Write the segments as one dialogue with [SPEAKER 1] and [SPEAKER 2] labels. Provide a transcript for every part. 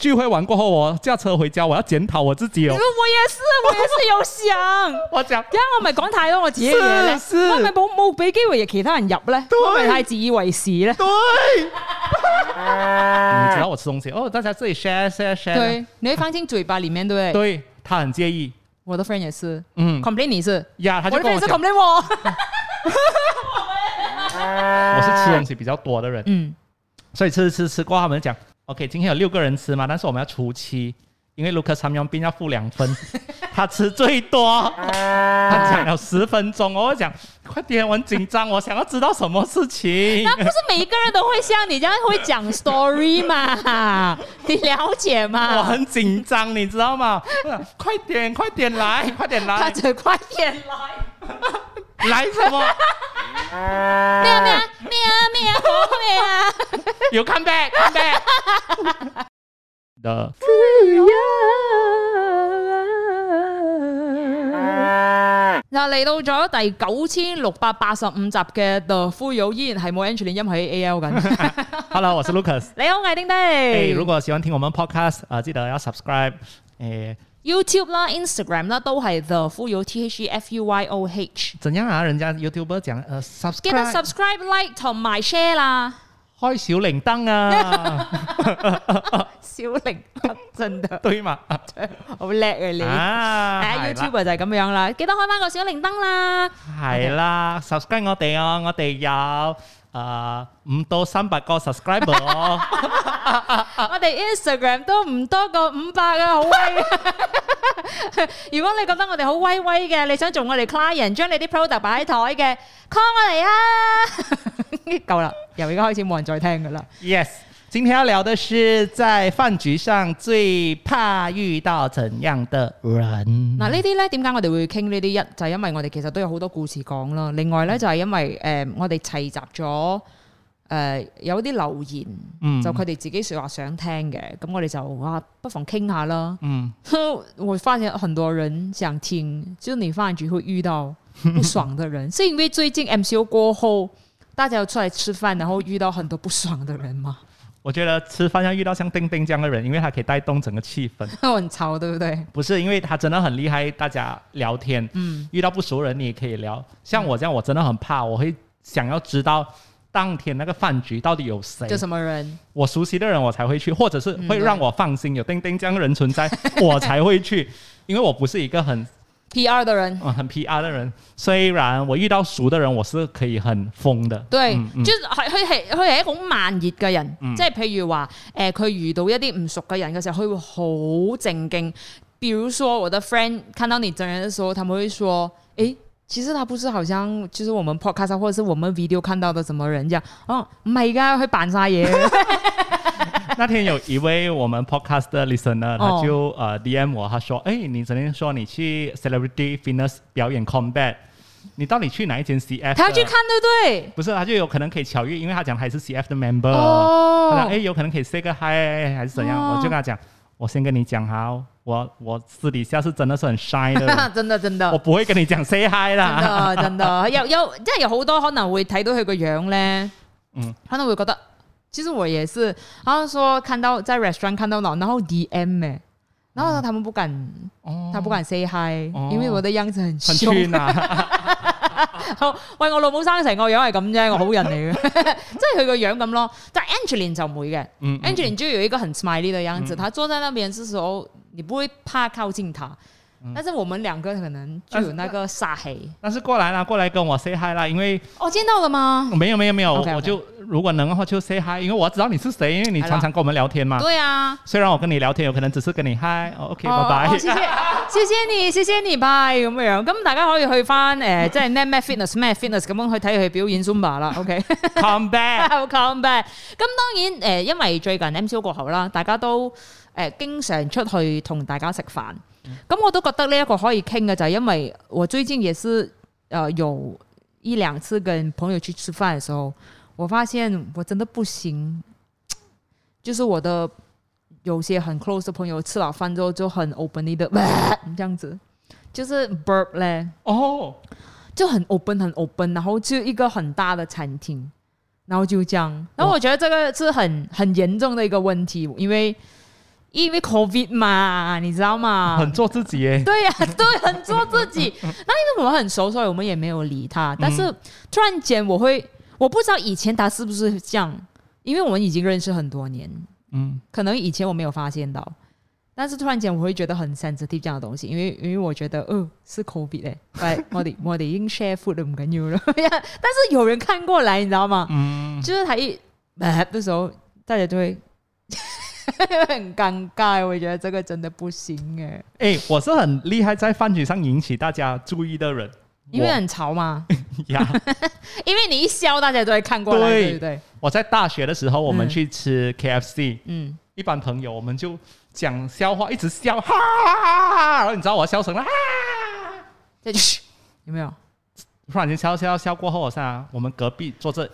[SPEAKER 1] 聚会完过后，我驾车回家，我要检讨我自己
[SPEAKER 2] 我
[SPEAKER 1] 哦。
[SPEAKER 2] 也是，我也是 有想。
[SPEAKER 1] 我讲，
[SPEAKER 2] 點解 我咪講太多我自己嘅嘢咧？
[SPEAKER 1] 是是
[SPEAKER 2] 我係咪冇冇俾機會其他人入咧？
[SPEAKER 1] 對
[SPEAKER 2] 我咪太自以為是咧？
[SPEAKER 1] 对，你知道我吃东西哦，大家自己 share share share。
[SPEAKER 2] 對，你會放進嘴巴裡面，對不對？
[SPEAKER 1] 对，他很介意。
[SPEAKER 2] 我的 friend 也是
[SPEAKER 1] 嗯，
[SPEAKER 2] ，complain 你是，
[SPEAKER 1] 呀，他
[SPEAKER 2] 我
[SPEAKER 1] 就
[SPEAKER 2] 的
[SPEAKER 1] 跟我
[SPEAKER 2] friend 也是
[SPEAKER 1] 讲，
[SPEAKER 2] complain 我。
[SPEAKER 1] 我是吃东西比较多的人，
[SPEAKER 2] 嗯，
[SPEAKER 1] 所以吃吃吃过后，他们讲，OK，今天有六个人吃嘛，但是我们要除七，因为 Lucas 三佣兵要付两 分，他吃最多，他讲了十分钟，我就讲，快点，我很紧张，我想要知道什么事 情。
[SPEAKER 2] 那不是每一个人都會像你這樣會講 story 嘛？你了解
[SPEAKER 1] 我
[SPEAKER 2] 嘛？
[SPEAKER 1] 很紧张，你知道吗？快点，快点来，快点
[SPEAKER 2] 他
[SPEAKER 1] 来，
[SPEAKER 2] 嘴快點 來。
[SPEAKER 1] 来什么？
[SPEAKER 2] 咩啊咩啊咩啊咩啊好咩啊！
[SPEAKER 1] 有 come back，come back。的，
[SPEAKER 2] 嗱，嚟到咗第九千六百八十五集嘅 The Fuyoh 依然係冇 Angeline 音喺 A L 緊。
[SPEAKER 1] Hello，我是 Lucas。
[SPEAKER 2] 你好，魏丁丁。
[SPEAKER 1] 诶、如果喜欢听我们 podcast 啊、记得要 subscribe、诶，
[SPEAKER 2] YouTube 啦、Instagram 啦都係 The Fuyoh T H E F U Y O H。
[SPEAKER 1] 怎样啊？人家 YouTuber 讲，呃
[SPEAKER 2] 記得
[SPEAKER 1] ，subscribe
[SPEAKER 2] subscribe、like 同埋 share 啦。
[SPEAKER 1] 开小铃铛 啊，
[SPEAKER 2] 小玲真的
[SPEAKER 1] 对嘛？
[SPEAKER 2] 好叻啊你！哎
[SPEAKER 1] 啊，
[SPEAKER 2] 係 YouTube 就係咁樣啦，記得開翻個小鈴燈啦。
[SPEAKER 1] 系啦，subscribe 我哋啊，我哋有诶唔到三百个 subscriber 哦。
[SPEAKER 2] 我哋 Instagram 都唔多過五百啊，好 威啊！如果你覺得我哋好威威嘅，你想做我哋 client，將你啲 product 擺喺台 嘅，call 我嚟啊！夠啦，由而家開始冇人再聽噶啦。
[SPEAKER 1] Yes，今天要聊的是在饭局上最怕遇到怎样的人。
[SPEAKER 2] 嗱呢啲咧點解我哋會傾呢啲一就係、因為我哋其實都有好多故事講啦。另
[SPEAKER 1] 嗯
[SPEAKER 2] 外咧就係、因為誒、呃我哋齊集咗誒、呃有啲留言，
[SPEAKER 1] 嗯
[SPEAKER 2] 就佢哋自己説話想聽嘅，咁我哋就哇不妨傾下啦。
[SPEAKER 1] 嗯，
[SPEAKER 2] 我发现很多人想听，就是你饭局会 遇到不爽的人，是因为最近 MCO 过后，大家有出来吃饭，然后遇到很多不爽的人嘛，
[SPEAKER 1] 我觉得吃饭要遇到像丁丁这样的人，因为他可以带动整个气 氛。
[SPEAKER 2] 很吵，对不对？
[SPEAKER 1] 不是因为他真的很厉害，大家聊天，
[SPEAKER 2] 嗯，
[SPEAKER 1] 遇到不熟人你也可以聊。像我这样，我真的很怕，我会想要知道当天那个饭局到底有谁，
[SPEAKER 2] 就什么人？
[SPEAKER 1] 我熟悉的人我才会去，或者是会
[SPEAKER 2] 嗯
[SPEAKER 1] 让我放心有丁丁这样的人存在，我才会 去。因为我不是一个很
[SPEAKER 2] PR 的人，
[SPEAKER 1] 嗯很 PR 的人，虽然我遇到熟的人我是可以很疯的，
[SPEAKER 2] 對，
[SPEAKER 1] 嗯嗯
[SPEAKER 2] 即係佢係佢係一個好慢熱嘅人，
[SPEAKER 1] 嗯
[SPEAKER 2] 即係譬如話誒，佢、遇到一啲唔熟嘅人嘅時候，佢會好正經。比如說我的 friend 看到你真人的時候，他們會說：，誒、其實他不是好像就是我們 podcast 啊或者是我們 video 看到的什麼人這樣，哦，唔係㗎，佢扮晒 嘢。
[SPEAKER 1] 啊那天有一位我们 podcast 的 listener，
[SPEAKER 2] 哦
[SPEAKER 1] 他就、呃 DM 我，他说：“哎，你昨天说你去 Celebrity Fitness 表演 combat，你到底去哪一间 CF？”
[SPEAKER 2] 他要
[SPEAKER 1] 的
[SPEAKER 2] 去看對不對？
[SPEAKER 1] 不是，他就有可能可以巧遇，因为他讲他也是 CF 的 member，、
[SPEAKER 2] 哦
[SPEAKER 1] 他讲哎，有可能可以 say 个 hi 还是怎样，
[SPEAKER 2] 哦，
[SPEAKER 1] 我就跟他讲，我先跟你讲哈，我我私底下是真的是很 shy 的人
[SPEAKER 2] 真的真
[SPEAKER 1] 我
[SPEAKER 2] 的。
[SPEAKER 1] 不会跟你讲 say hi
[SPEAKER 2] 真
[SPEAKER 1] 啦。
[SPEAKER 2] 的真的，有有即係有好多可能會睇到佢個樣咧，
[SPEAKER 1] 嗯
[SPEAKER 2] 可能會覺得，其實我也是，然後說看到在 restaurant 看到老，然後 DM 欸然後他們不敢，
[SPEAKER 1] 哦
[SPEAKER 2] 他不敢 say hi，、
[SPEAKER 1] 哦
[SPEAKER 2] 因為我的樣子很
[SPEAKER 1] 很
[SPEAKER 2] 凶。
[SPEAKER 1] 圈啊，
[SPEAKER 2] 好喂，我老母生成個樣係咁啫，我好人嚟嘅， 即係佢個樣咁咯。但 Angeline 就唔會嘅、
[SPEAKER 1] 嗯
[SPEAKER 2] a n g e l i n e 就有一個很 smiley 的樣子，
[SPEAKER 1] 嗯
[SPEAKER 2] 她坐在那邊的時候，你不會怕靠近她。但是我們兩個可能就有那個煞黑。
[SPEAKER 1] 嗯但是過來啦，過來跟我 say hi 啦，因為
[SPEAKER 2] 哦，見到了嗎？
[SPEAKER 1] 没有没有没有
[SPEAKER 2] OK，OK
[SPEAKER 1] 我就如果能的话就 say hi，因为我知道你是谁，因为你
[SPEAKER 2] 好啦
[SPEAKER 1] 常常跟我们聊天嘛。
[SPEAKER 2] 对啊，
[SPEAKER 1] 虽然我跟你聊天有可能只是跟你 hi，哦，OK，拜拜
[SPEAKER 2] 哦。謝謝謝謝你，謝謝你，拜咁樣。咁大家可以去翻誒，即係咩咩 fitness 咩 fitness 咁樣去睇佢表演 Zumba 啦。OK，
[SPEAKER 1] Come back，
[SPEAKER 2] 好 come back。咁當然誒，因為最近 MCO 過後啦，大家都誒經常出去同大家食飯。咁我都覺得呢一個可以傾嘅就係因為我最近也是誒有一兩次跟朋友去吃飯嘅時候，我發現我真的不行，就是我的有些很 close 的朋友吃了饭之后就很 openly 的这样子，就是 burp 嘞，
[SPEAKER 1] 哦，
[SPEAKER 2] 就很 open 很 open，然后就一个很大的餐厅，然后就这样，然后我觉得这个是很很严重的一个问题，因为因为 COVID 嘛，你知道吗？
[SPEAKER 1] 很做自己耶。
[SPEAKER 2] 对呀、对，很做自己。那因为我们很熟，所以我们也没有理他。但是突然间，我会，我不知道以前他是不是这样，因为我们已经认识很多年，
[SPEAKER 1] 嗯，
[SPEAKER 2] 可能以前我没有发现到，但是突然间我会觉得很 sensitive 这样的东西，因为因为我覺得，哦，是 COVID 咧，喂， 我哋我哋已經 share food 啦，唔緊要啦。 但是有人看過來，你知道嗎？
[SPEAKER 1] 嗯，
[SPEAKER 2] 就是他一的時候，大家就會 很尷尬。我覺得這個真的不行欸誒，
[SPEAKER 1] 哎，我是很厉害，在饭局上引起大家注意的人。
[SPEAKER 2] 因為很吵嘛，
[SPEAKER 1] 我呀，
[SPEAKER 2] 因為你一笑，大家都會看過來，
[SPEAKER 1] 對
[SPEAKER 2] 對不對？
[SPEAKER 1] 我在大学的时候，我们
[SPEAKER 2] 嗯
[SPEAKER 1] 去吃 KFC，
[SPEAKER 2] 嗯，
[SPEAKER 1] 一般朋友我们就讲笑话，一直笑，哈哈哈哈哈，然后你知道我笑成了，啊
[SPEAKER 2] 這就是有沒有？
[SPEAKER 1] 突然间笑笑笑过后，我想啊我们隔壁坐着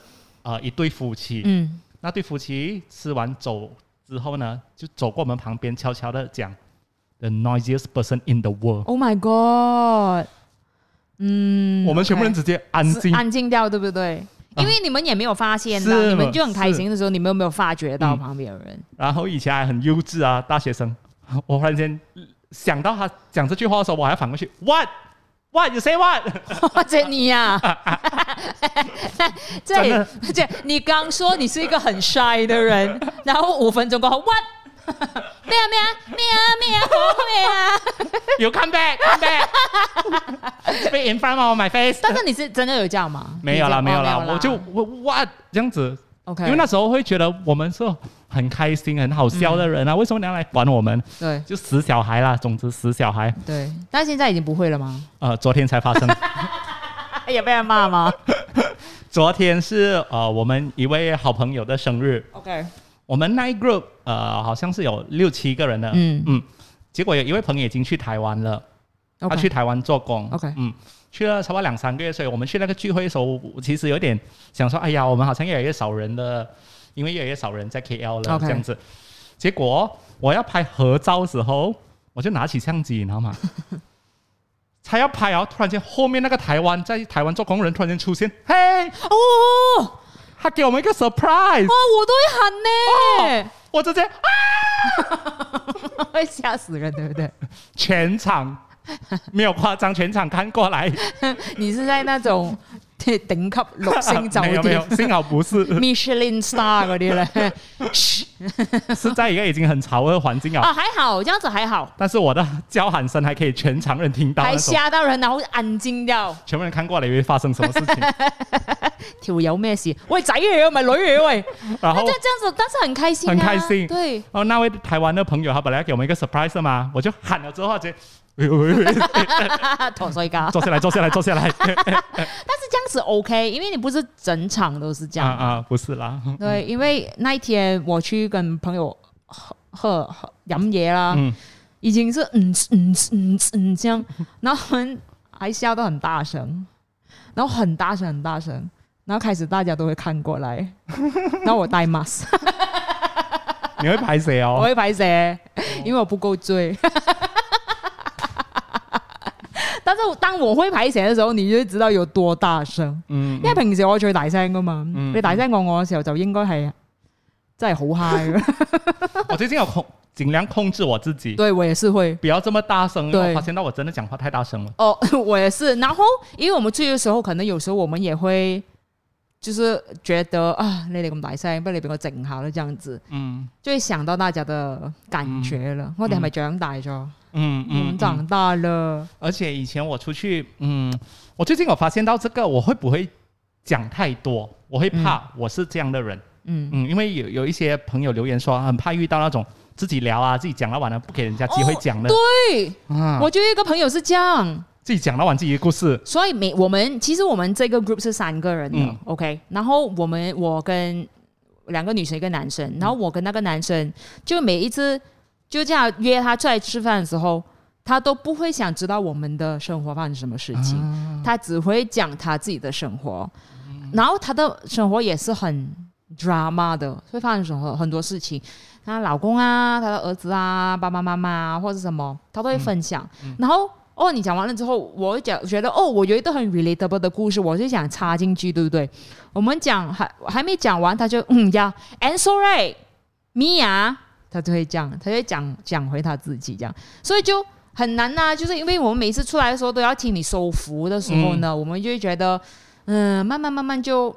[SPEAKER 1] 呃一对夫妻，
[SPEAKER 2] 嗯，
[SPEAKER 1] 那对夫妻吃完走之后呢，就走过我们旁边，悄悄的讲，the noisiest person in the world。
[SPEAKER 2] Oh my god！嗯，
[SPEAKER 1] 我们全部
[SPEAKER 2] OK
[SPEAKER 1] 人直接安
[SPEAKER 2] 是
[SPEAKER 1] 静，
[SPEAKER 2] 安静掉，对不对？
[SPEAKER 1] 啊
[SPEAKER 2] 因为你们也没有发现到，
[SPEAKER 1] 是
[SPEAKER 2] 你们就很开心的时候，你们有没有发觉到旁边有人？
[SPEAKER 1] 然后以前还很幼稚啊，大学生。我忽然间想到他讲这句话的时候，我还反过去，what what you say what？
[SPEAKER 2] 或者你呀、这
[SPEAKER 1] 真的
[SPEAKER 2] 里这你刚说你是一个很 shy 的 人，然后五分钟过后，what？咩啊咩啊咩啊咩啊咩啊！
[SPEAKER 1] You come back, come back. Speak in front of my face.
[SPEAKER 2] 但是你是真的有这样吗？
[SPEAKER 1] 没有啦，
[SPEAKER 2] 你
[SPEAKER 1] 没
[SPEAKER 2] 这
[SPEAKER 1] 有
[SPEAKER 2] 样
[SPEAKER 1] 啦，
[SPEAKER 2] 哦
[SPEAKER 1] 我就我 what 这样子，
[SPEAKER 2] OK，
[SPEAKER 1] 因为那时候会觉得我们是很开心、很好笑的人
[SPEAKER 2] 嗯
[SPEAKER 1] 啊，为什么你要来管我们？
[SPEAKER 2] 对
[SPEAKER 1] 就死小孩啦，总之死小孩。
[SPEAKER 2] 对，但现在已经不会了吗？
[SPEAKER 1] 呃，昨天才发生，
[SPEAKER 2] 也被人骂吗
[SPEAKER 1] 昨天是呃我们一位好朋友的生日，
[SPEAKER 2] ？OK，
[SPEAKER 1] 我们那一 group 呃好像是有六七个人的，
[SPEAKER 2] 嗯
[SPEAKER 1] 嗯，结果有一位朋友已经去台湾了。他啊去台湾做工
[SPEAKER 2] OK
[SPEAKER 1] 嗯，去了差不多两三个月，所以我们去那个聚会的时候，我其实有点想说，哎呀，我们好像越来越少人了，因为越来越少人在 KL 了
[SPEAKER 2] OK
[SPEAKER 1] 这样子。结果我要拍合照的时候，我就拿起相机，你知道 吗？才要拍哦，突然间后面那个台湾在台湾做工的人突然间出现，嘿，
[SPEAKER 2] 哦哦，哦
[SPEAKER 1] 他给我们一个 surprise，、
[SPEAKER 2] 我都会喊呢、
[SPEAKER 1] 我直接啊
[SPEAKER 2] 会吓死人，对不对？
[SPEAKER 1] 全场没有夸张，全场看过 来，
[SPEAKER 2] 你是在那种 顶级六 星酒
[SPEAKER 1] 没有没有
[SPEAKER 2] 店，
[SPEAKER 1] 幸好不是。
[SPEAKER 2] Michelin Star 嗰啲咧？ 嘘
[SPEAKER 1] 是在一个已经很潮的环境啊，
[SPEAKER 2] 啊，还好，这样子还好，
[SPEAKER 1] 但是我的叫喊声还可以全场人听到，
[SPEAKER 2] 还
[SPEAKER 1] 那种
[SPEAKER 2] 吓到人，然后安静掉，
[SPEAKER 1] 全部人看过了，以为发生什么事 情，
[SPEAKER 2] 条友咩事？喂，仔嚟嘅咪女嚟嘅喂，
[SPEAKER 1] 然
[SPEAKER 2] 那
[SPEAKER 1] 后
[SPEAKER 2] 这。样这样子，但是很开心、啊，
[SPEAKER 1] 很开心
[SPEAKER 2] 对。
[SPEAKER 1] 然后哦那位台湾的朋友，他本来要给我们一个 surprise 的嘛，我就喊了之后，他直接，哎呦哎呦哎呦
[SPEAKER 2] 妥啊哦所以噶，
[SPEAKER 1] 坐下来，坐下来，坐下来。
[SPEAKER 2] 但是这样子 OK，因为你不是整场都是这
[SPEAKER 1] 啊
[SPEAKER 2] 样。
[SPEAKER 1] 啊，不是 啦，
[SPEAKER 2] 对，因为那一天我去跟朋友喝喝喝饮嘢啦，
[SPEAKER 1] 嗯
[SPEAKER 2] 已经是嗯嗯嗯嗯这样， 然后我们还笑得很大声，然后很大声很大声，然后开始大家都会看过来，然后我戴 mask，
[SPEAKER 1] 哦你会拍谁
[SPEAKER 2] 我
[SPEAKER 1] 哦？
[SPEAKER 2] 会拍谁？因为我不够醉。 但是当我会排写的时候，你就知道有多大声。
[SPEAKER 1] 嗯
[SPEAKER 2] 因，為平時我最大聲噶嘛，
[SPEAKER 1] 嗯
[SPEAKER 2] 你大聲過我嘅時候就應該係真係好 high 嘅。
[SPEAKER 1] 我最近有控，尽量控制我自己，
[SPEAKER 2] 對我也是會，
[SPEAKER 1] 不要这么大声。
[SPEAKER 2] 对
[SPEAKER 1] 我发现到我真的讲话太大声了。
[SPEAKER 2] 哦， 我也是。然后因為我們出去嘅時候，可能有時候我們也會就是覺得啊，你哋咁大聲，不如你俾我靜下啦，這樣子
[SPEAKER 1] 嗯
[SPEAKER 2] 就會想到大家的感覺啦。我哋係咪長大咗？
[SPEAKER 1] 嗯
[SPEAKER 2] 我們長大了。
[SPEAKER 1] 而且以前我出去，嗯，我最近我发现到这个，我会不会讲太多？我会怕我是这样的人，
[SPEAKER 2] 嗯，
[SPEAKER 1] 嗯，因为有有一些朋友留言说，很怕遇到那种自己聊啊，自己讲到完了不给人家机会讲
[SPEAKER 2] 哦
[SPEAKER 1] 的，
[SPEAKER 2] 对，
[SPEAKER 1] 嗯啊，
[SPEAKER 2] 我就有一個朋友是這樣。
[SPEAKER 1] 自己讲到完自己的故事，
[SPEAKER 2] 所以每我们其实我们这个 group 是三个人的、
[SPEAKER 1] 嗯
[SPEAKER 2] o k 然后我们我跟两个女生一个男生，然后我跟那个男生就每一次就这样约他出来吃饭的时候，他都不会想知道我们的生活发生什么事情，他只会讲他自己的生活，然后他的生活也是很 drama 的，会发生什么很多事情。她老公啊，她的儿子啊，爸爸妈妈啊，或者什么，她都会分享。然后哦，你讲完了之后，我会讲觉得哦，我有一个很 relatable 的故事，我就想插进去，对不对？我们讲还还没讲完，他就嗯呀，and so right，me 啊他就会这样，他就会讲讲回他自己这样，所以就很难呐、就是因为我们每次出来的时候都要听你收服的时候呢，我们就会觉得，嗯，慢慢慢慢就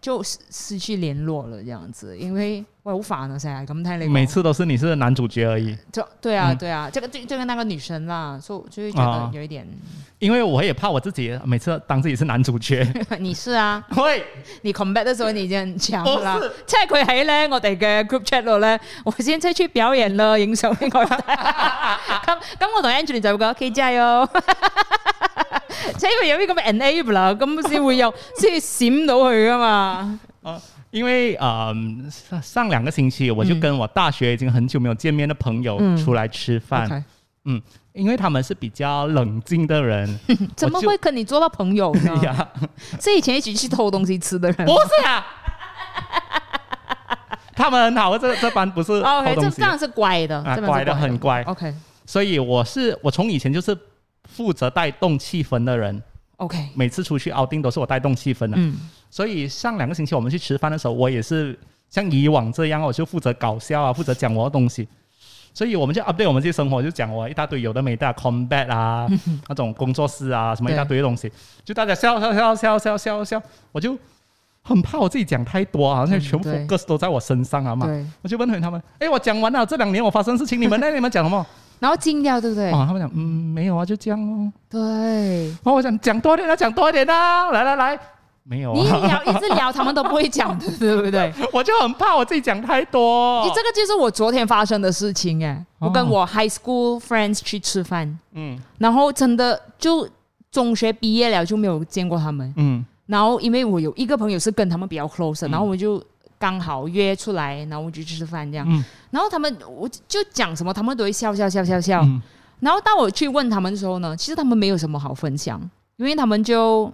[SPEAKER 2] 就失失去联络了这样子，因為喂好煩啊，成日咁聽你講
[SPEAKER 1] 每次都是你是男主角而已。
[SPEAKER 2] 就對啊
[SPEAKER 1] 嗯
[SPEAKER 2] 對啊，這個就就跟那個女生啦，所以我就會覺得
[SPEAKER 1] 啊
[SPEAKER 2] 有一點，
[SPEAKER 1] 因为我也怕我自己每次当自己是男主 角。
[SPEAKER 2] 你是啊，
[SPEAKER 1] 喂，
[SPEAKER 2] 你 combat 的時候你已經很強啦
[SPEAKER 1] 我是，
[SPEAKER 2] 即係佢喺咧我哋嘅 group chat 度咧，我先出去表演啦，影相俾 我睇。咁咁我同 Angeline 就會講 K 仔哦， 即係因為有呢咁嘅 enable 咁先會有先閃到佢噶嘛。
[SPEAKER 1] 因为嗯、上上两个星期我就跟我大学已经很久没有见面的朋友
[SPEAKER 2] 嗯
[SPEAKER 1] 出来吃饭，
[SPEAKER 2] OK，
[SPEAKER 1] 因为他们是比较冷静的人。
[SPEAKER 2] 怎麼
[SPEAKER 1] 我就
[SPEAKER 2] 會跟你做到朋友 呢？
[SPEAKER 1] 呀，
[SPEAKER 2] 是以前一起去偷東西吃的人
[SPEAKER 1] 不。是啊， 他们很好，这这班不是
[SPEAKER 2] 哦
[SPEAKER 1] 偷
[SPEAKER 2] ，OK，这
[SPEAKER 1] 东西
[SPEAKER 2] 这，样是乖的，
[SPEAKER 1] 啊
[SPEAKER 2] 这样是
[SPEAKER 1] 乖的很乖
[SPEAKER 2] OK
[SPEAKER 1] 所以我是我从以前就是负责带动气氛的人，
[SPEAKER 2] OK，
[SPEAKER 1] 每次出去 outing 都是我带动气氛的。
[SPEAKER 2] 嗯，
[SPEAKER 1] 所以上两个星期我们去吃饭的时候，我也是像以往这样，我就负责搞笑啊，负责讲我的东西。所以我们就 update 我们自己生活，就讲我一大堆有的没的啊 combat 啊，
[SPEAKER 2] 嗯
[SPEAKER 1] 那种工作室啊，什么一大堆的东西，就大家笑笑笑笑笑笑笑，我就很怕我自己讲太多啊，好像
[SPEAKER 2] 嗯
[SPEAKER 1] 全部
[SPEAKER 2] 对
[SPEAKER 1] focus 都在我身上啊嘛。
[SPEAKER 2] 对。
[SPEAKER 1] 我就问回他们，哎，我讲完了，这两年我发生事情，你们呢？你们讲什么？
[SPEAKER 2] 然后禁掉，对不对？
[SPEAKER 1] 啊，他们讲，嗯，没有啊，就这样哦。
[SPEAKER 2] 对，
[SPEAKER 1] 然后我讲，讲多一点啊，讲多一点啊，来来来，没有
[SPEAKER 2] 你一
[SPEAKER 1] 啊。
[SPEAKER 2] 聊一直聊，他们都不会讲的，对 不对？
[SPEAKER 1] 我就很怕我自己讲太多
[SPEAKER 2] 你。这个就是我昨天发生的事情哎，
[SPEAKER 1] 哦
[SPEAKER 2] 我跟我 high school friends 去吃饭，
[SPEAKER 1] 嗯
[SPEAKER 2] 然后真的就中学毕业了就没有见过他们，
[SPEAKER 1] 嗯
[SPEAKER 2] 然后因为我有一个朋友是跟他们比较 close，的
[SPEAKER 1] 嗯
[SPEAKER 2] 然后我就刚好约出来，然后我就去吃饭这样，
[SPEAKER 1] 嗯
[SPEAKER 2] 然后他们我就讲什么，他们都会笑笑笑笑笑，
[SPEAKER 1] 嗯
[SPEAKER 2] 然后当我去问他们的时候呢，其实他们没有什么好分享，因为他们就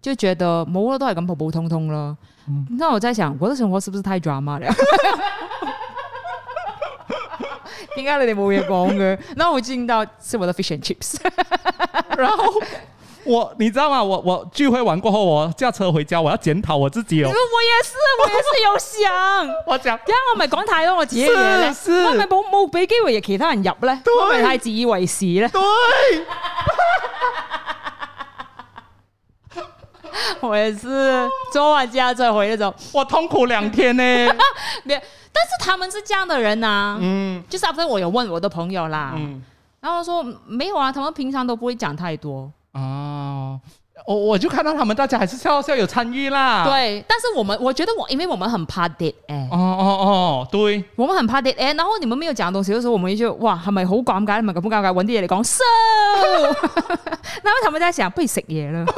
[SPEAKER 2] 就觉得冇啦，都系咁普普通通啦。
[SPEAKER 1] 嗯
[SPEAKER 2] 那我在想，我的生活是不是太 drama 了？点解你哋冇嘢讲嘅？然后我进到是我的 fish and chips，
[SPEAKER 1] 然后我你知道吗？我我聚会完过后，我驾车回家，我要检讨我自己哦
[SPEAKER 2] 我。也是，我也是有想，
[SPEAKER 1] 我讲
[SPEAKER 2] 点解我咪讲太多我自己嘅嘢咧？
[SPEAKER 1] 是是
[SPEAKER 2] 我咪冇冇俾机会其他人入咧？我咪太自以为是咧？
[SPEAKER 1] 对，
[SPEAKER 2] 我也是，昨晚家再回那种，
[SPEAKER 1] 我痛苦两天 呢。
[SPEAKER 2] 没有，但是他们是这样的人呐、
[SPEAKER 1] 嗯
[SPEAKER 2] 就是 after 我有问我的朋友啦，
[SPEAKER 1] 嗯
[SPEAKER 2] 然后他说没有啊，他们平常都不会讲太多。
[SPEAKER 1] 哦，我我就看到他们大家还是笑笑有参与啦。，
[SPEAKER 2] 对，但是我们我觉得我，因为我们很怕哎 dead end，、
[SPEAKER 1] 哦哦哦，对，
[SPEAKER 2] 我们很怕 dead end，然后你们没有讲的东西的时候，我们就哇，系咪好尴尬？你咪咁尴尬，搵啲嘢嚟讲 so，然后他们在想，不如食嘢啦。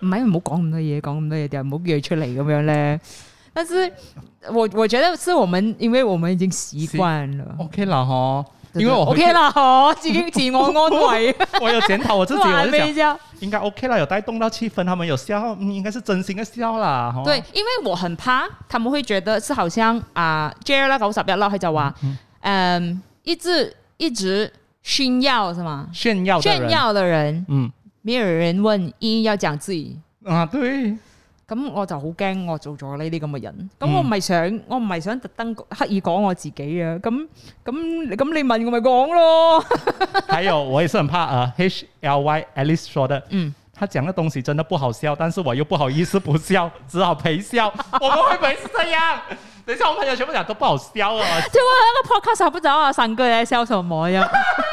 [SPEAKER 2] 唔係，唔好講咁多嘢，講咁多嘢就唔好約出嚟咁樣咧。但是我我覺得是我們，因為我們已經習慣了。
[SPEAKER 1] OK 了哈。哦因为我
[SPEAKER 2] OK 啦，我自己自我安
[SPEAKER 1] 回
[SPEAKER 2] 慰，
[SPEAKER 1] 去， 我有检讨我 自己，我
[SPEAKER 2] 還
[SPEAKER 1] 就想
[SPEAKER 2] 沒啫。
[SPEAKER 1] 应该 OK 了，有带动到气氛，他们有笑，嗯，应该是真心的笑啦。哈
[SPEAKER 2] 对，，因为我很怕他们会觉得是好像啊、j e r 啦九十日啦，佢就話嗯，一直一直炫耀是吗？
[SPEAKER 1] 炫耀的人
[SPEAKER 2] 炫，耀的人，
[SPEAKER 1] 嗯
[SPEAKER 2] 没有人問一要講自己。
[SPEAKER 1] 啊， 对，
[SPEAKER 2] 咁我就好驚，我做咗呢啲咁嘅人。咁我唔係想，我唔係想特登刻意講我自己啊。咁咁咁，你問我咪講咯。
[SPEAKER 1] 还有，我也是很怕呃，H L Y Alice 说的，
[SPEAKER 2] 嗯，
[SPEAKER 1] 他讲的东西真的不好笑，但是我又不好意思不笑，只好陪笑。 我们会不会是这样？等一下，我朋友全部讲都不好笑啊！
[SPEAKER 2] 即係我喺個 podcast 合不走啊，神哥你喺 sales 我呀，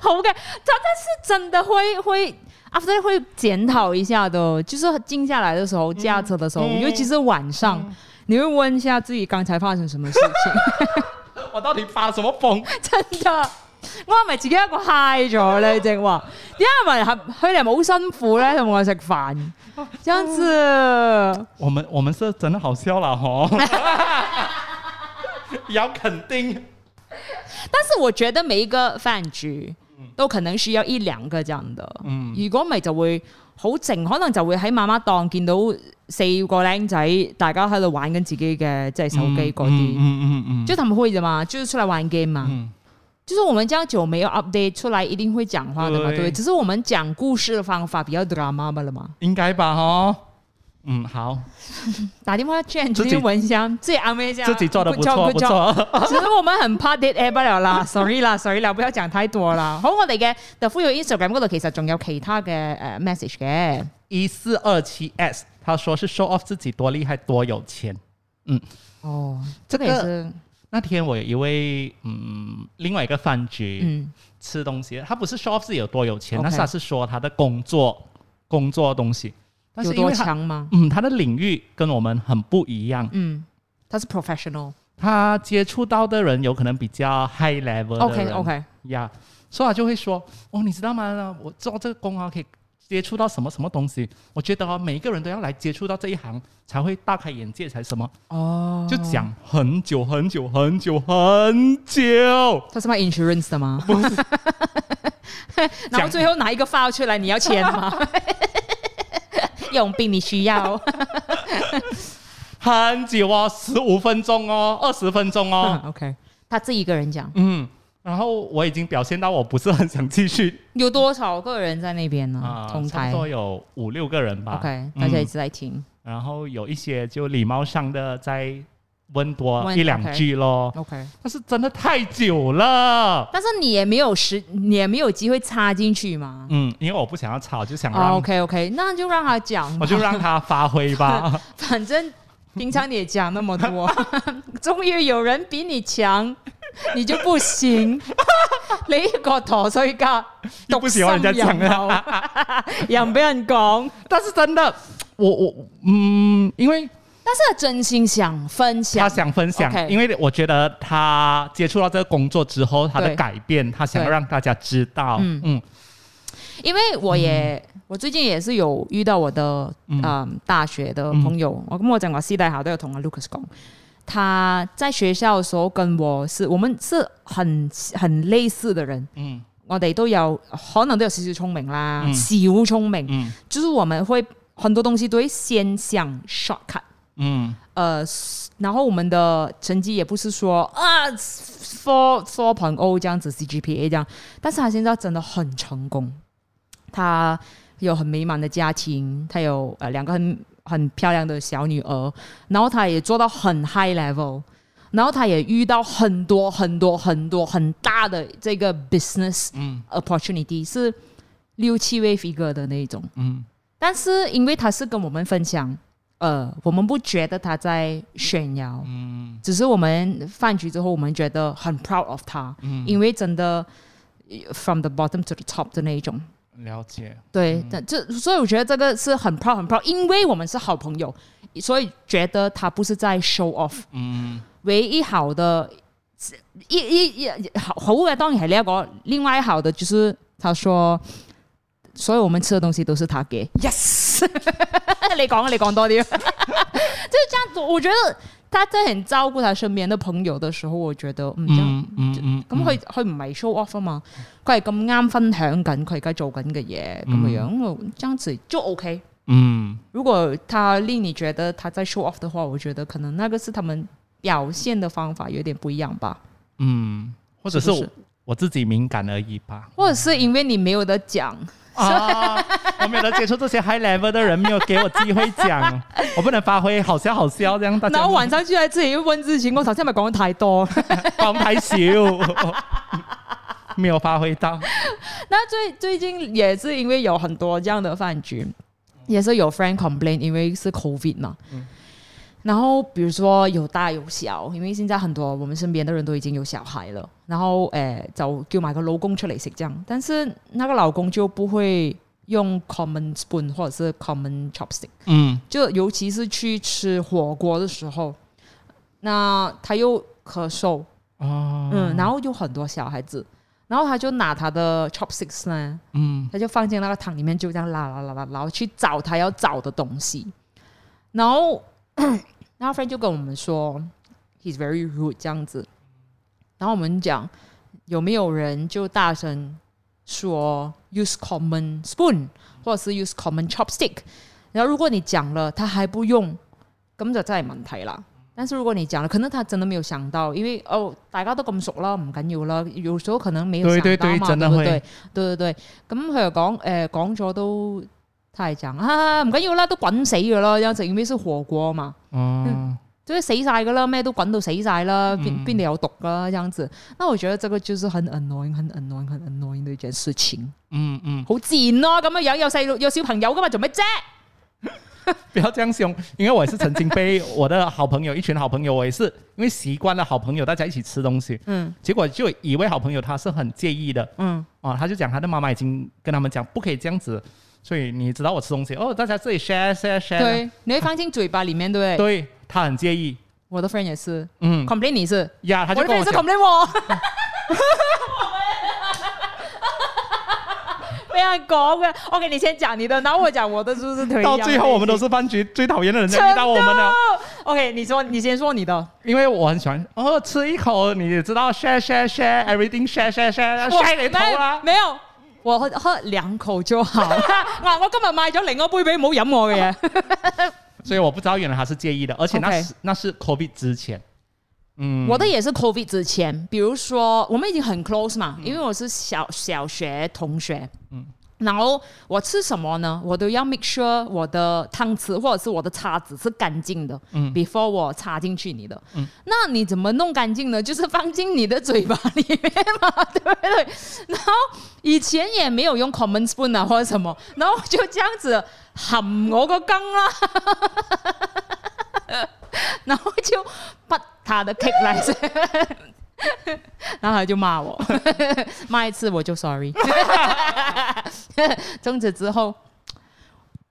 [SPEAKER 2] 好嘅，真真是真的會會 after 会检讨一下的，哦就是静下来的时候，驾车的时候，
[SPEAKER 1] 嗯
[SPEAKER 2] 尤其是晚上，你会问一下自己刚才发生什么事情，
[SPEAKER 1] 我到底发什么疯？
[SPEAKER 2] 真的。我係咪自己一個 high 咗咧？正話點解咪係佢哋係咪好辛苦咧？同我食飯，這樣子
[SPEAKER 1] 我们我们是真的好笑了吼， 要肯定。
[SPEAKER 2] 但是我觉得每一个饭局都可能需要一两个这样的。
[SPEAKER 1] 嗯
[SPEAKER 2] 如果唔係就會好靜，可能就會喺媽媽檔見到四個僆仔，大家喺度玩緊自己嘅即係手機嗰
[SPEAKER 1] 嗯
[SPEAKER 2] 啲，
[SPEAKER 1] 嗯嗯嗯
[SPEAKER 2] 就他們會的嘛，就是出來玩 game 嘛。
[SPEAKER 1] 嗯
[SPEAKER 2] 就是我們這樣久沒有 update 出來，一定會講話的嘛，
[SPEAKER 1] 對
[SPEAKER 2] 對不對？只是我們講故事的方法比較 drama 了嘛。
[SPEAKER 1] 应该吧吼。嗯，好，
[SPEAKER 2] 打电话劝
[SPEAKER 1] 自
[SPEAKER 2] 自
[SPEAKER 1] 己
[SPEAKER 2] 己闻一下，自己安慰一 下，
[SPEAKER 1] 自己做的不错不
[SPEAKER 2] good job，good job
[SPEAKER 1] 错。
[SPEAKER 2] 只是我们很怕 dead air 不 了啦，sorry 啦，sorry 啦，不要講太多啦。好，我哋嘅 The Fuyoh Instagram 嗰度其實仲有其他嘅诶 message 嘅，
[SPEAKER 1] 一四二七 S，他说是 show off 自己多厉害多有钱。
[SPEAKER 2] 哦，
[SPEAKER 1] 這
[SPEAKER 2] 这
[SPEAKER 1] 個
[SPEAKER 2] 个也是，
[SPEAKER 1] 那天我有一位嗯，另外一个饭局、
[SPEAKER 2] 嗯，
[SPEAKER 1] 吃东西，他不是 show off 自己有多有钱
[SPEAKER 2] OK
[SPEAKER 1] 但是他是说他的工作工作东西，但
[SPEAKER 2] 有
[SPEAKER 1] 是因
[SPEAKER 2] 多
[SPEAKER 1] 为他
[SPEAKER 2] 强嘛？
[SPEAKER 1] 嗯他的领域跟我们很不一样，
[SPEAKER 2] 嗯，他是 professional。
[SPEAKER 1] 他接触到的人有可能比较 high level 的
[SPEAKER 2] OK
[SPEAKER 1] 人
[SPEAKER 2] OK，
[SPEAKER 1] 呀所以他就会说哦，你知道吗？我做这个工啊，可以接触到什么什么东西，我觉得哦，每一个人都要来接触到这一行，才会大开眼界，才什么。
[SPEAKER 2] 哦，
[SPEAKER 1] 就讲很久很久很久很久，
[SPEAKER 2] 他是卖 insurance 的吗？ 然后最后拿一个 file 出来，你要签 吗？用病你需要，
[SPEAKER 1] 很久哦，十五分钟哦，二十分钟 哦，
[SPEAKER 2] OK，他自己一个人讲，
[SPEAKER 1] 嗯，然后我已经表现到我不是很想继续
[SPEAKER 2] 有多少个人在那边呢
[SPEAKER 1] 啊？，
[SPEAKER 2] 同
[SPEAKER 1] 差
[SPEAKER 2] 台
[SPEAKER 1] 不多有五六个人吧
[SPEAKER 2] OK，
[SPEAKER 1] 嗯
[SPEAKER 2] 大家一直在听。
[SPEAKER 1] 然后有一些就礼貌上的再问多
[SPEAKER 2] 问
[SPEAKER 1] 一两句咯，
[SPEAKER 2] OK，
[SPEAKER 1] 但是真的太久了，
[SPEAKER 2] 但是你也没有时，你也没有机会插进去嘛。
[SPEAKER 1] 嗯，因为我不想要吵，就想让、
[SPEAKER 2] 啊 OK OK，那就让他讲吧，
[SPEAKER 1] 我哦就让他发挥吧，
[SPEAKER 2] 反正平常你也讲那么多， 终于有人比 你强，你就不行。你一個陀衰家，
[SPEAKER 1] 又不喜歡人家啊
[SPEAKER 2] 獨心人
[SPEAKER 1] 講
[SPEAKER 2] 謀 又唔俾人講。
[SPEAKER 1] 但是真的，我我嗯，因为。
[SPEAKER 2] 但是他真心想分享
[SPEAKER 1] 他，想分享
[SPEAKER 2] OK
[SPEAKER 1] 因为我觉得他接触到这个工作之后，他的
[SPEAKER 2] 对
[SPEAKER 1] 改变，他想
[SPEAKER 2] 对
[SPEAKER 1] 让大家知道。嗯
[SPEAKER 2] 嗯因为我也、我最近也是有遇到我的
[SPEAKER 1] 嗯
[SPEAKER 2] 嗯、大学的朋友，我咁我正話私底下都有同阿 Lucas 講，他在學校的時候跟我是我們是很很類似的人，
[SPEAKER 1] 嗯
[SPEAKER 2] 我哋都有可能都有少少聰明啦，
[SPEAKER 1] 嗯
[SPEAKER 2] 小聰明，
[SPEAKER 1] 嗯
[SPEAKER 2] 就是我們會很多東西都會先想 shortcut。
[SPEAKER 1] 嗯
[SPEAKER 2] 呃，然后我们的成绩也不是说啊 four four 朋友这样子 CGPA 这样，但是他现在真的很成功，他有很美满的家庭，他有呃两个很很漂亮的小女儿，然后他也做到很 high level，然后他也遇到很多很多很多很大的这个 business
[SPEAKER 1] 嗯
[SPEAKER 2] opportunity 是六七位 figure 的那一种。
[SPEAKER 1] 嗯
[SPEAKER 2] 但是因为他是跟我们分享，呃，我们不觉得他在炫耀，
[SPEAKER 1] 嗯
[SPEAKER 2] 只是我们饭局之后，我们觉得很 proud of 他，
[SPEAKER 1] 嗯，
[SPEAKER 2] 因为真的呃 from the bottom to the top 的那一种。
[SPEAKER 1] 了解。
[SPEAKER 2] 对，但这所以我觉得这个是很 proud 很 proud，因为我们是好朋友，所以觉得他不是在 show off。
[SPEAKER 1] 嗯
[SPEAKER 2] 唯一好的一一一好好嘅當然係呢一個，另外一好的就是他說，所有我們吃的東西都是他給。Yes，你講啊你講多啲，就是這樣子。我覺得他真係很照顧他身邊的朋友的時候，我覺得嗯，咁
[SPEAKER 1] 嗯嗯嗯，
[SPEAKER 2] 佢佢唔係 show off 啊嘛，佢係咁啱分享緊佢而家做緊嘅嘢咁嘅樣，我這樣子就 OK。
[SPEAKER 1] 嗯
[SPEAKER 2] 如果他令你觉得他在 show off 的话，我觉得可能那个是他们表现的方法有点不一样吧，
[SPEAKER 1] 嗯，或者是
[SPEAKER 2] 是不
[SPEAKER 1] 我
[SPEAKER 2] 是
[SPEAKER 1] 我自己敏感而已吧。
[SPEAKER 2] 或者是因为你没有得讲，
[SPEAKER 1] 啊，我没有接触这些 high level 的人，没有给我机会 讲，我不能发挥好笑好笑这样，大家
[SPEAKER 2] 然后晚上就在自己问自己，我头先咪讲得太多。
[SPEAKER 1] 放太少， 没有发挥到。
[SPEAKER 2] 那最最近也是因为有很多这样的饭局，也是有 friend complain，因为是 covid 嘛。然后比如说有大有小，因为现在很多我们身边的人都已经有小孩了，然后诶、呃就叫埋个老公出嚟食这样，但是那个老公就不会用 common spoon 或者是 common chopstick，
[SPEAKER 1] 嗯
[SPEAKER 2] 就尤其是去吃火锅的时候，那他又咳嗽，
[SPEAKER 1] 哦
[SPEAKER 2] 嗯，然后有很多小孩子，然后他就拿他的 chopsticks 呢，
[SPEAKER 1] 嗯
[SPEAKER 2] 他就放进那个汤里面，就这样拉拉拉拉拉去找他要找的东西。然后，然后 friend 就跟我们说，he's very rude 这样子。然后我们讲，有没有人就大声说 use common spoon 或者是 use common chopstick？然后如果你讲了，他还不用，咁就真係問題啦。但是如果你講了，可能他真的沒有想到，因為哦大家都咁熟啦，唔緊要啦。有時候可能沒有想到
[SPEAKER 1] 對對對
[SPEAKER 2] 嘛，
[SPEAKER 1] 真的
[SPEAKER 2] 對不
[SPEAKER 1] 會
[SPEAKER 2] 呃對？對對對，咁佢又講誒講咗都太正啊！唔緊要啦，都滾死噶啦，有陣咩燒火鍋嘛，
[SPEAKER 1] 嗯，
[SPEAKER 2] 所以死晒噶啦，咩都滾到死晒啦，邊
[SPEAKER 1] 嗯
[SPEAKER 2] 邊度有毒噶啦，這樣子。那我覺得這個就是很 annoying、很 annoying、很 annoying 的一件事情，
[SPEAKER 1] 嗯嗯，
[SPEAKER 2] 好賤咯、咁樣樣有細路有小朋友噶嘛，做乜啫？
[SPEAKER 1] 不要这样凶，因为我也是曾经被我的好朋友一群好朋友，我也是因为习惯了好朋友大家一起吃东西，
[SPEAKER 2] 嗯
[SPEAKER 1] 结果就有一位好朋友他是很介意的，
[SPEAKER 2] 嗯，
[SPEAKER 1] 哦，他就讲他的妈妈已经跟他们讲不可以这样子，所以你知道我吃东西哦，大家自己 share share share，
[SPEAKER 2] 對，你會放進嘴巴裡面，對不對？
[SPEAKER 1] 对他很介意，
[SPEAKER 2] 我的 friend 也是
[SPEAKER 1] 嗯
[SPEAKER 2] ，complain 你是，
[SPEAKER 1] 呀，他
[SPEAKER 2] 我
[SPEAKER 1] 就
[SPEAKER 2] 的
[SPEAKER 1] 跟
[SPEAKER 2] friend
[SPEAKER 1] 我
[SPEAKER 2] 也是
[SPEAKER 1] 讲，
[SPEAKER 2] complain 我。 不要講嘅，OK，你先講你的，然後我講我的，是不是推一樣
[SPEAKER 1] 到
[SPEAKER 2] 的
[SPEAKER 1] 最后我们都
[SPEAKER 2] 類型
[SPEAKER 1] 是饭局最讨厌的人家遇到我们了。
[SPEAKER 2] OK，你说，你先说你的。
[SPEAKER 1] 因为我很喜欢哦，吃一口，你知道 share share share everything share share share share 你头啦，
[SPEAKER 2] 没有，我喝喝兩口就 好。嗱，啊我今日買咗另一杯俾你，唔好飲我嘅嘢。
[SPEAKER 1] 所以我不知道原来他是介意的，而且那
[SPEAKER 2] OK
[SPEAKER 1] 是那是 COVID 之前，嗯，
[SPEAKER 2] 我的也是 COVID 之前，比如說我們已經很 close 嘛，
[SPEAKER 1] 嗯
[SPEAKER 2] 因為我是小小學同學。嗯。然後我吃什麼呢？我都要 make sure 我的湯匙或者是我的叉子是乾淨的、
[SPEAKER 1] 嗯
[SPEAKER 2] b e f o r e 我插進去你的。
[SPEAKER 1] 嗯
[SPEAKER 2] 那你怎麼弄乾淨呢？就是放進你的嘴巴裡面嘛，對不對？然後以前也沒有用 common spoon 啊或者什麼，然後我就這樣子含我個羹啦， 然後就不他的 cake 來吃，然後他就罵我， 罵一次我就 sorry。從此之後。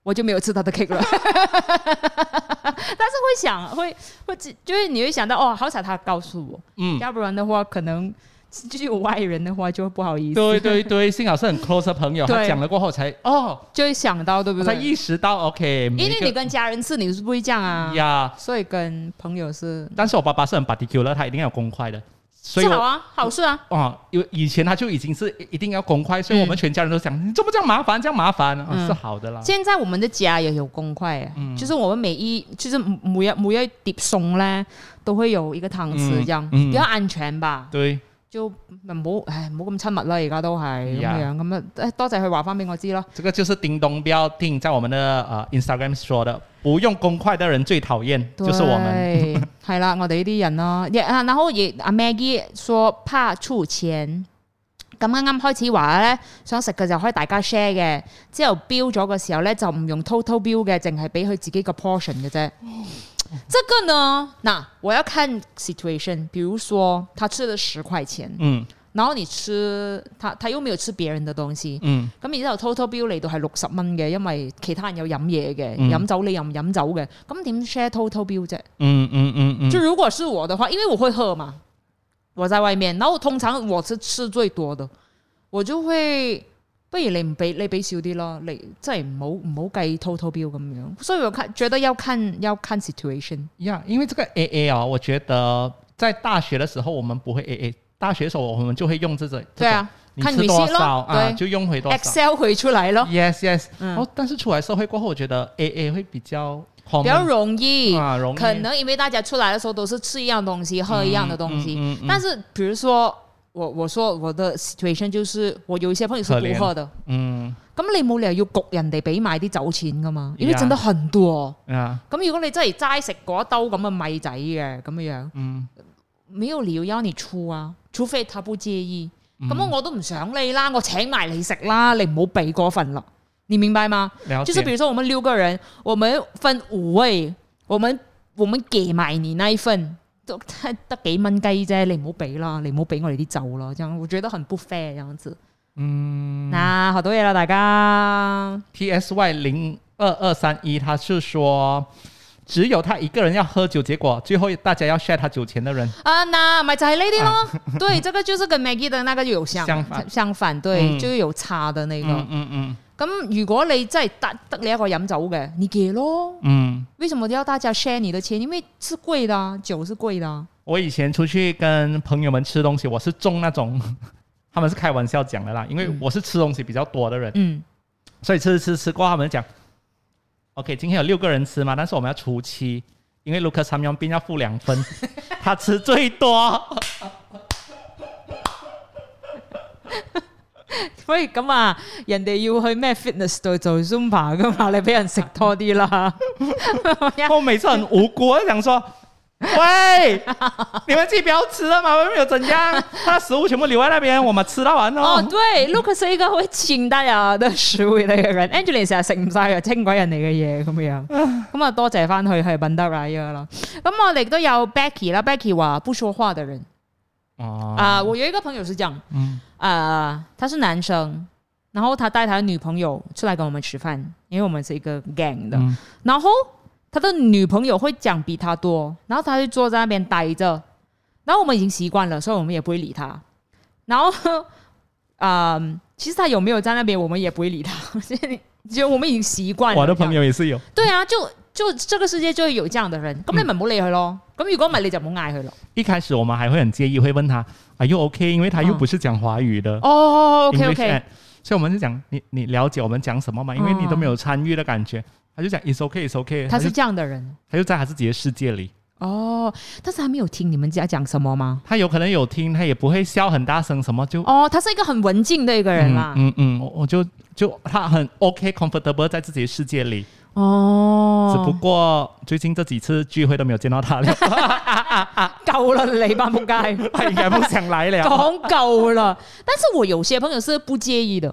[SPEAKER 2] 我就沒有吃他的 cake 了， 但是會想，會會就是你會想到哦，好彩他告訴我，
[SPEAKER 1] 嗯，
[SPEAKER 2] 要不然的话，可能就有外人的话就会不好意思，
[SPEAKER 1] 对对对，幸好是很 close 的朋友，他
[SPEAKER 2] 对
[SPEAKER 1] 讲了过后才哦，
[SPEAKER 2] 就会想到，对不
[SPEAKER 1] 我才
[SPEAKER 2] 对？
[SPEAKER 1] 意识到 OK，
[SPEAKER 2] 因为你
[SPEAKER 1] 每个
[SPEAKER 2] 跟家人吃，你是不会这样啊，
[SPEAKER 1] 呀，
[SPEAKER 2] 所以跟朋友是
[SPEAKER 1] 但是我爸爸是很 particular，他一定要公筷的，所以
[SPEAKER 2] 是好
[SPEAKER 1] 我。
[SPEAKER 2] 啊，好事啊，
[SPEAKER 1] 哦，因为以前他就已经是一定要公筷，所以我们全家人都想，你这么这样麻烦，这样麻烦、哦
[SPEAKER 2] 嗯
[SPEAKER 1] 是好的啦。
[SPEAKER 2] 现在我们的家也有公筷啊，
[SPEAKER 1] 嗯
[SPEAKER 2] 就是我们每一就是每一每一碟餸咧都会有一个汤匙这样，
[SPEAKER 1] 嗯嗯
[SPEAKER 2] 比较安全吧，
[SPEAKER 1] 对，
[SPEAKER 2] 就唔好唉唔好咁親密啦，而家都係咁
[SPEAKER 1] 呀
[SPEAKER 2] 樣咁啊，誒多謝佢話翻俾我知咯。
[SPEAKER 1] 这个就是叮咚不要听，在我们的呃 Instagram 说的，不用公筷的人最讨厌，就是我们。
[SPEAKER 2] 对，系啦， 我哋呢啲人咯。亦啊，然後亦阿 Maggie 說怕出錢，咁啱啱開始話咧，想食嘅就可以大家 share 嘅。之後標咗嘅時候咧，就唔用 total 標嘅，淨係俾佢自己個 portion 嘅啫。
[SPEAKER 1] 哦
[SPEAKER 2] 這個呢，嗱，我要看 situation，比如說他吃了十塊錢，
[SPEAKER 1] 嗯
[SPEAKER 2] 然後你吃他他又沒有吃別人的東西，
[SPEAKER 1] 嗯
[SPEAKER 2] 咁然之後 total bill 嚟到係六十蚊嘅，因為其他人有飲嘢嘅，
[SPEAKER 1] 嗯
[SPEAKER 2] 飲、酒你又唔飲酒嘅，咁點 share total bill 啫？
[SPEAKER 1] 嗯嗯嗯嗯
[SPEAKER 2] 就如果是我的話，因為我會喝嘛，我在外面，然後通常我是吃最多的，我就會不如你唔俾你俾少啲咯，你即係唔好唔好計 total bill 咁樣。所以我看覺得要看要看 situation，
[SPEAKER 1] 呀因为这个 A A 啊，我觉得在大学的时候我们不会 A A，大学的时候我们就会用这种，
[SPEAKER 2] 對啊，
[SPEAKER 1] 这种
[SPEAKER 2] 看
[SPEAKER 1] 你吃多
[SPEAKER 2] receipt 咯
[SPEAKER 1] 少啊，
[SPEAKER 2] 对
[SPEAKER 1] 就用回多少。
[SPEAKER 2] ，Excel 回出嚟咯，
[SPEAKER 1] Yes yes，、
[SPEAKER 2] 嗯
[SPEAKER 1] 哦，但是出来社会过后，我觉得 A A 会比较
[SPEAKER 2] 比
[SPEAKER 1] common
[SPEAKER 2] 較容易。
[SPEAKER 1] 啊容易，
[SPEAKER 2] 可能因為大家出來的時候都是吃一樣東西，喝一樣的東西，
[SPEAKER 1] 嗯嗯嗯嗯
[SPEAKER 2] 但是，比如说我我说我的 situation 就是我有一些朋友是不喝的，
[SPEAKER 1] 嗯
[SPEAKER 2] 咁你冇理由要焗人哋俾埋啲酒錢噶嘛，因為
[SPEAKER 1] Yeah
[SPEAKER 2] 真得很多。
[SPEAKER 1] 啊
[SPEAKER 2] 咁如果你真係齋食嗰兜咁嘅米仔嘅咁樣樣，
[SPEAKER 1] 嗯
[SPEAKER 2] 沒有理由要你出啊，除非他不介意。
[SPEAKER 1] 嗯
[SPEAKER 2] 咁、我都唔想你啦，我請埋你食啦，你唔好俾嗰份啦，你明白嗎？
[SPEAKER 1] 了
[SPEAKER 2] 就
[SPEAKER 1] 解，
[SPEAKER 2] 是比如說我們六個人，我們分五位，我們我們給埋你那一份，都得幾蚊雞啫，你唔好俾啦，你唔好俾我哋啲酒啦，這樣我覺得很不 fair 這樣子。
[SPEAKER 1] 嗯
[SPEAKER 2] 那學到嘢啦，大家
[SPEAKER 1] T S Y 零二二三一，他是说只有他一个人要喝酒，结果最后大家要 share 他酒钱的人。
[SPEAKER 2] 啊，那咪就係呢啲咯。對，這個就是跟 Maggie 的那個有
[SPEAKER 1] 啊
[SPEAKER 2] 相
[SPEAKER 1] 相反
[SPEAKER 2] 相反，對，
[SPEAKER 1] 嗯
[SPEAKER 2] 就是有差的那個。
[SPEAKER 1] 嗯嗯嗯
[SPEAKER 2] 咁、如果你真係得得你一個飲酒嘅，你給咯。
[SPEAKER 1] 嗯，
[SPEAKER 2] 為什麼要大家 share 你的錢？因為是貴的、啊，酒是貴的、啊。
[SPEAKER 1] 我以前出去跟朋友们吃东西，我是中那种， 他们是开玩笑讲的啦，因为
[SPEAKER 2] 嗯
[SPEAKER 1] 我是吃东西比较多的人，
[SPEAKER 2] 嗯
[SPEAKER 1] 所以吃吃吃过后，他们讲，OK，今天有六个人吃嘛，但是我们要除七，因为 Lucas 三佣兵要付两分，他吃最多。
[SPEAKER 2] 喂，咁啊，人哋要去咩 fitness 度做 Zumba 噶嘛，你俾人食多啲啦。
[SPEAKER 1] 我每次很无辜，我就想 说，喂，你们自己不要吃了嘛，我又没有怎样，他食物全部留在那边，我们吃到完
[SPEAKER 2] 哦，
[SPEAKER 1] 哦。
[SPEAKER 2] 對，Lucas 係一個好善得啊，都鼠會嚟嘅人。Angeline 成日食唔晒又清鬼人哋嘅嘢咁樣，咁啊多謝翻佢係品德啦依家啦。咁我哋都有 Becky 啦，Becky 話不說話的人
[SPEAKER 1] 哦
[SPEAKER 2] 啊、我有一個朋友是這樣，
[SPEAKER 1] 嗯，
[SPEAKER 2] 啊，他是男生，然後他帶他的女朋友出來跟我們吃飯，因為我們是一個 gang 的，
[SPEAKER 1] 嗯
[SPEAKER 2] 然後他的女朋友會講比他多，然後他就坐在那邊待着，然後我們已經習慣了，所以我們也不會理他。然後，啊、其實他有沒有在那邊，我們也不會理他，就我們已經習慣了。
[SPEAKER 1] 我的朋友也是有，
[SPEAKER 2] 對啊，就就這個世界就會有這樣的人，咁你咪唔好理佢咯。咁如果唔係你就唔好嗌佢咯。
[SPEAKER 1] 一开始我们还会很介意，会问他，哎呦 OK，因为他又不是讲华语的、
[SPEAKER 2] 哦，OK
[SPEAKER 1] English
[SPEAKER 2] OK，
[SPEAKER 1] accent，所以我们就讲你你了解我们讲什么嘛，因为你都没有参与的感觉，他就讲 It's OK It's OK，
[SPEAKER 2] 哦他
[SPEAKER 1] 他
[SPEAKER 2] 是
[SPEAKER 1] 就
[SPEAKER 2] 這樣的人。
[SPEAKER 1] 他就在他自己的世界里，
[SPEAKER 2] 哦，但是他沒有聽你們家講什麼嗎？
[SPEAKER 1] 他有可能有听，他也不会笑很大声什么就。
[SPEAKER 2] 哦，他是一個很文靜的一個人啦。
[SPEAKER 1] 嗯嗯，我我就就他很 OK comfortable 在自己的世界里，
[SPEAKER 2] 哦，
[SPEAKER 1] 只不过最近这几次聚会都没有见到他 了，
[SPEAKER 2] 夠啦，你班仆街。
[SPEAKER 1] 他应该不想来了。
[SPEAKER 2] 讲够了。但是我有些朋友是不介意的，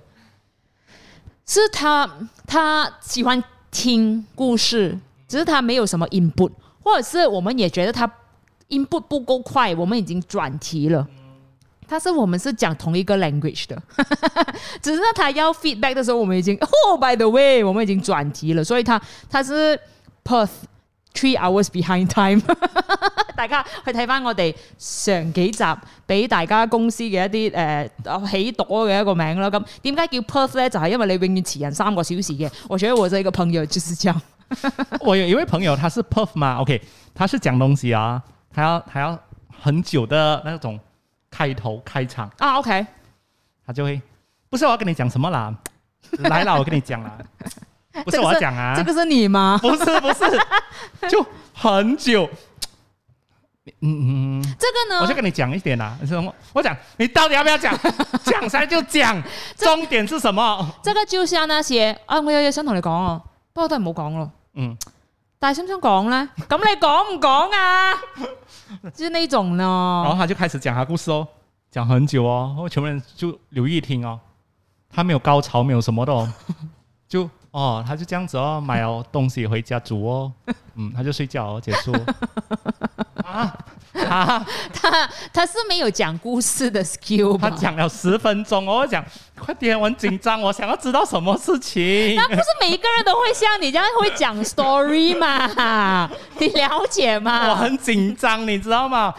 [SPEAKER 2] 是他他喜欢听故事，只是他没有什么 input，或者是我们也觉得他 input 不够快，我们已经转题了。但是我们是讲同一个 language 的， 只是他要 feedback 的时候，我们已经哦、b y the way，我们已经转题了，所以他他是 Perth three hours behind time。大家去睇翻我哋上幾集俾大家公司嘅一啲誒、呃、起朵嘅一個名啦。咁點解叫 Perth 咧？就係、因為你永遠遲人三個小時嘅。我覺得我這個朋友就是這樣。
[SPEAKER 1] 我有一位朋友，他是 Puff 嘛，OK，他是讲东西啊，他要他要很久的那种开头开场，
[SPEAKER 2] 啊，OK，
[SPEAKER 1] 他就会不是我要跟你讲什么啦，来啦，我跟你讲 啦，不是我要讲啊
[SPEAKER 2] 這，個是你嗎？
[SPEAKER 1] 不是不是，就很久，嗯嗯。
[SPEAKER 2] 這
[SPEAKER 1] 我
[SPEAKER 2] 個
[SPEAKER 1] 就
[SPEAKER 2] 呢？
[SPEAKER 1] 跟你讲一点啦、你说我我讲，你到底要不要讲？讲噻就 讲，重点是什么？
[SPEAKER 2] 這個就像那些啊，我有嘢想同你講啊，不過都係唔好講咯。
[SPEAKER 1] 嗯，
[SPEAKER 2] 但係想唔想講咧？咁你講唔講啊？ 就是呢種
[SPEAKER 1] 然
[SPEAKER 2] 咯
[SPEAKER 1] 后。他就开始讲他故事哦，讲很久哦，然后全部人就留意听哦，他没有高潮，没有什么的哦， 就哦，他就这样子哦，买哦东西回家煮哦，嗯，他就睡觉哦，结束 啊啊！
[SPEAKER 2] 他他是沒有講故事的 skill
[SPEAKER 1] 他
[SPEAKER 2] 吧？
[SPEAKER 1] 讲了十分钟哦，我讲快点，我很紧张，我想要知道什么事情。
[SPEAKER 2] 那不是每一个人都会像你这样会讲 story 嘛？ 你了解
[SPEAKER 1] 我
[SPEAKER 2] 吗？
[SPEAKER 1] 很紧张，你知道吗？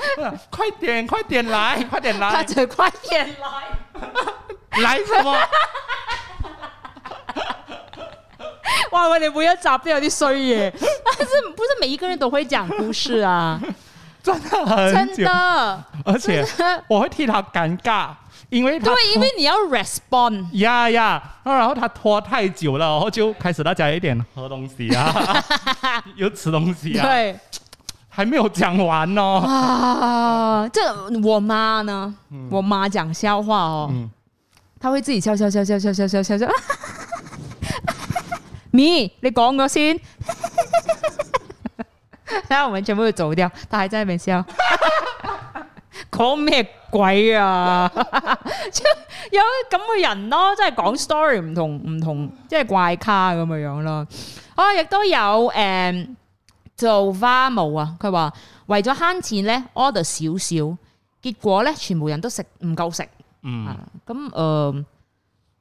[SPEAKER 1] 快点，快点来，快点
[SPEAKER 2] 他
[SPEAKER 1] 来，
[SPEAKER 2] 就快点来，
[SPEAKER 1] 来什 么？
[SPEAKER 2] 哇！我哋每一集都有啲衰嘢，但是不是每一个人都会讲故事 啊？
[SPEAKER 1] 真的很
[SPEAKER 2] 真
[SPEAKER 1] 久，
[SPEAKER 2] 的，
[SPEAKER 1] 而且 我会替他尴尬，因为他
[SPEAKER 2] 对，因为你要 respond。
[SPEAKER 1] 呀呀，然后他拖太久了，然后就开始大家有一点喝东西啊， 有吃东西啊，
[SPEAKER 2] 对
[SPEAKER 1] 还没有讲完哦。
[SPEAKER 2] 啊，这我妈呢？我妈讲笑话哦，
[SPEAKER 1] 嗯
[SPEAKER 2] 她会自己笑笑笑笑笑笑笑笑笑。咪，你讲咗先，然后我们全部都走掉，她还在那边笑。講咩鬼啊？即係有咁嘅人咯，即係講 story 唔同唔同，即係怪咖咁嘅樣啦。啊，亦都有誒、嗯做花舞啊，佢話為咗慳錢咧 order 少少，結果咧全部人都食唔夠食。
[SPEAKER 1] 嗯
[SPEAKER 2] 啊，咁誒誒，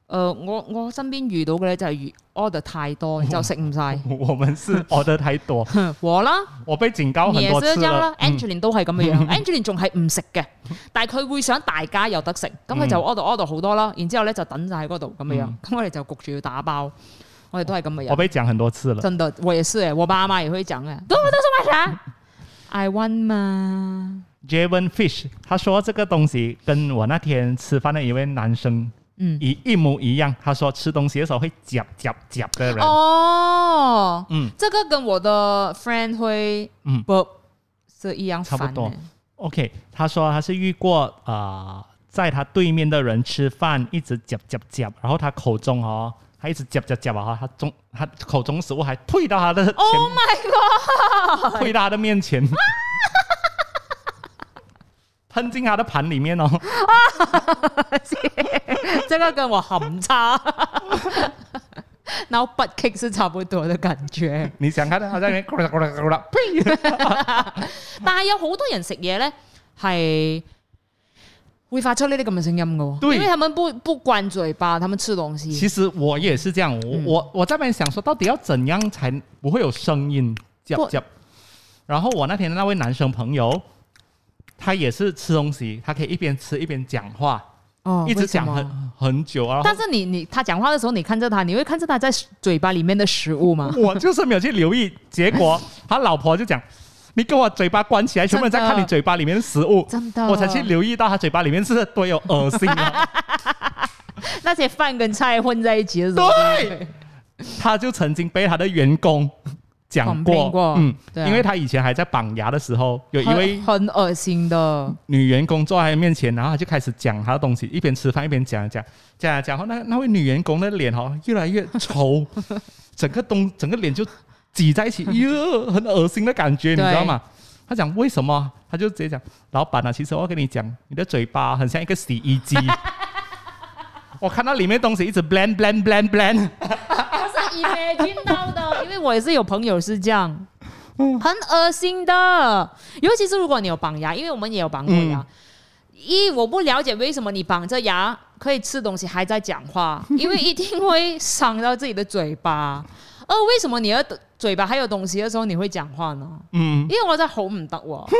[SPEAKER 2] 我我身邊遇到嘅咧就係 order 太 多，然之後食唔晒。
[SPEAKER 1] 我们是 order 太多，
[SPEAKER 2] 和啦。
[SPEAKER 1] 我被警告
[SPEAKER 2] 你
[SPEAKER 1] 很
[SPEAKER 2] 也
[SPEAKER 1] 多
[SPEAKER 2] 是
[SPEAKER 1] 次
[SPEAKER 2] 一樣啦
[SPEAKER 1] 了。嗯
[SPEAKER 2] ，Angeline 都係咁 嘅樣，Angeline 仲係唔食嘅，但係佢會想大家有得食，咁
[SPEAKER 1] 嗯
[SPEAKER 2] 佢就 order order 好多啦，然之後咧就等晒喺嗰度咁嘅樣，咁我哋就焗住要打包，我哋都係咁嘅
[SPEAKER 1] 嗯我
[SPEAKER 2] 人，
[SPEAKER 1] 被讲很多次了。
[SPEAKER 2] 真的，我也是誒，我爸媽也會講嘅，都我都想 買啥，I want 嘛，
[SPEAKER 1] Javen Fish 他说这个东西跟我那天吃饭的一位男生
[SPEAKER 2] 嗯，
[SPEAKER 1] 一一模一样。他说吃东西的时候会夹夹夹的人，
[SPEAKER 2] 哦，
[SPEAKER 1] 嗯
[SPEAKER 2] 這個跟我的 friend 會
[SPEAKER 1] 嗯
[SPEAKER 2] 不是一樣
[SPEAKER 1] 差不
[SPEAKER 2] 煩
[SPEAKER 1] 多
[SPEAKER 2] 嘅。
[SPEAKER 1] ，OK。他说他是遇过啊、呃在他对面的人吃饭，一直嚼嚼嚼，然后他口中哦，他一直嚼嚼嚼啊，他中他口中食物还退到他的前
[SPEAKER 2] Oh my god！
[SPEAKER 1] 推到他的面前， 喷进他的盘里面哦。
[SPEAKER 2] 这个跟我很差，然后 butt kick 是差不多的感覺。
[SPEAKER 1] 你想看到他在那边咕噜咕噜咕噜，呸！
[SPEAKER 2] 但係有好多人食嘢咧係會發出呢啲咁嘅聲音嘅喎，
[SPEAKER 1] 對
[SPEAKER 2] 因為他們不不關嘴巴，他們吃東西。
[SPEAKER 1] 其实我也是这样，我、
[SPEAKER 2] 嗯
[SPEAKER 1] 我我在那边想说，到底要怎样才不会有声音叫
[SPEAKER 2] 不
[SPEAKER 1] 叫？然后我那天的那位男生朋友，他也是吃东西，他可以一边吃一边讲话，
[SPEAKER 2] 哦
[SPEAKER 1] 一直
[SPEAKER 2] 為什
[SPEAKER 1] 讲
[SPEAKER 2] 麼
[SPEAKER 1] 很很久啊。然
[SPEAKER 2] 但
[SPEAKER 1] 后
[SPEAKER 2] 是你你他讲话的时候，你看着他，你会看着他在嘴巴里面的食物吗？
[SPEAKER 1] 我就是没有去留意，结 果他老婆就讲：“你给我嘴巴关起来，全部人在看
[SPEAKER 2] 真
[SPEAKER 1] 你
[SPEAKER 2] 的
[SPEAKER 1] 嘴巴里面的食物。”
[SPEAKER 2] 真的，
[SPEAKER 1] 我才去留意到他嘴巴里面是多有恶心啊！
[SPEAKER 2] 那些饭跟菜混在一起的时候，
[SPEAKER 1] 对，他就曾经被他的员工讲过，
[SPEAKER 2] Complain 过
[SPEAKER 1] 嗯，
[SPEAKER 2] 对啊
[SPEAKER 1] 因为他以前还在绑牙的时候，有一
[SPEAKER 2] 很
[SPEAKER 1] 位
[SPEAKER 2] 很恶心的，
[SPEAKER 1] 女员工坐在他面前，然后他就开始讲他的东西，一边吃饭一边讲讲讲讲，然后那那位女员工的脸哦越来越丑，整个东整个脸就挤在一起，哟，很恶心的感觉，你知
[SPEAKER 2] 对
[SPEAKER 1] 道吗？他讲为什么？他就直接讲，老板啊，其实我跟你讲，你的嘴巴很像一个洗衣机，我看到里面东西一直 blend blend blend blend，
[SPEAKER 2] 是 imagine 到的，因为我也是有朋友是这样，很恶心的，尤其是如果你有绑牙，因为我们也有绑过牙。一我不了解为什么你绑着牙可以吃东西还在讲话，因为一定会伤到自己的嘴巴。而为什么你的嘴巴还有东西的时候你会讲话呢？
[SPEAKER 1] 嗯，
[SPEAKER 2] 因為我真係好唔得喎，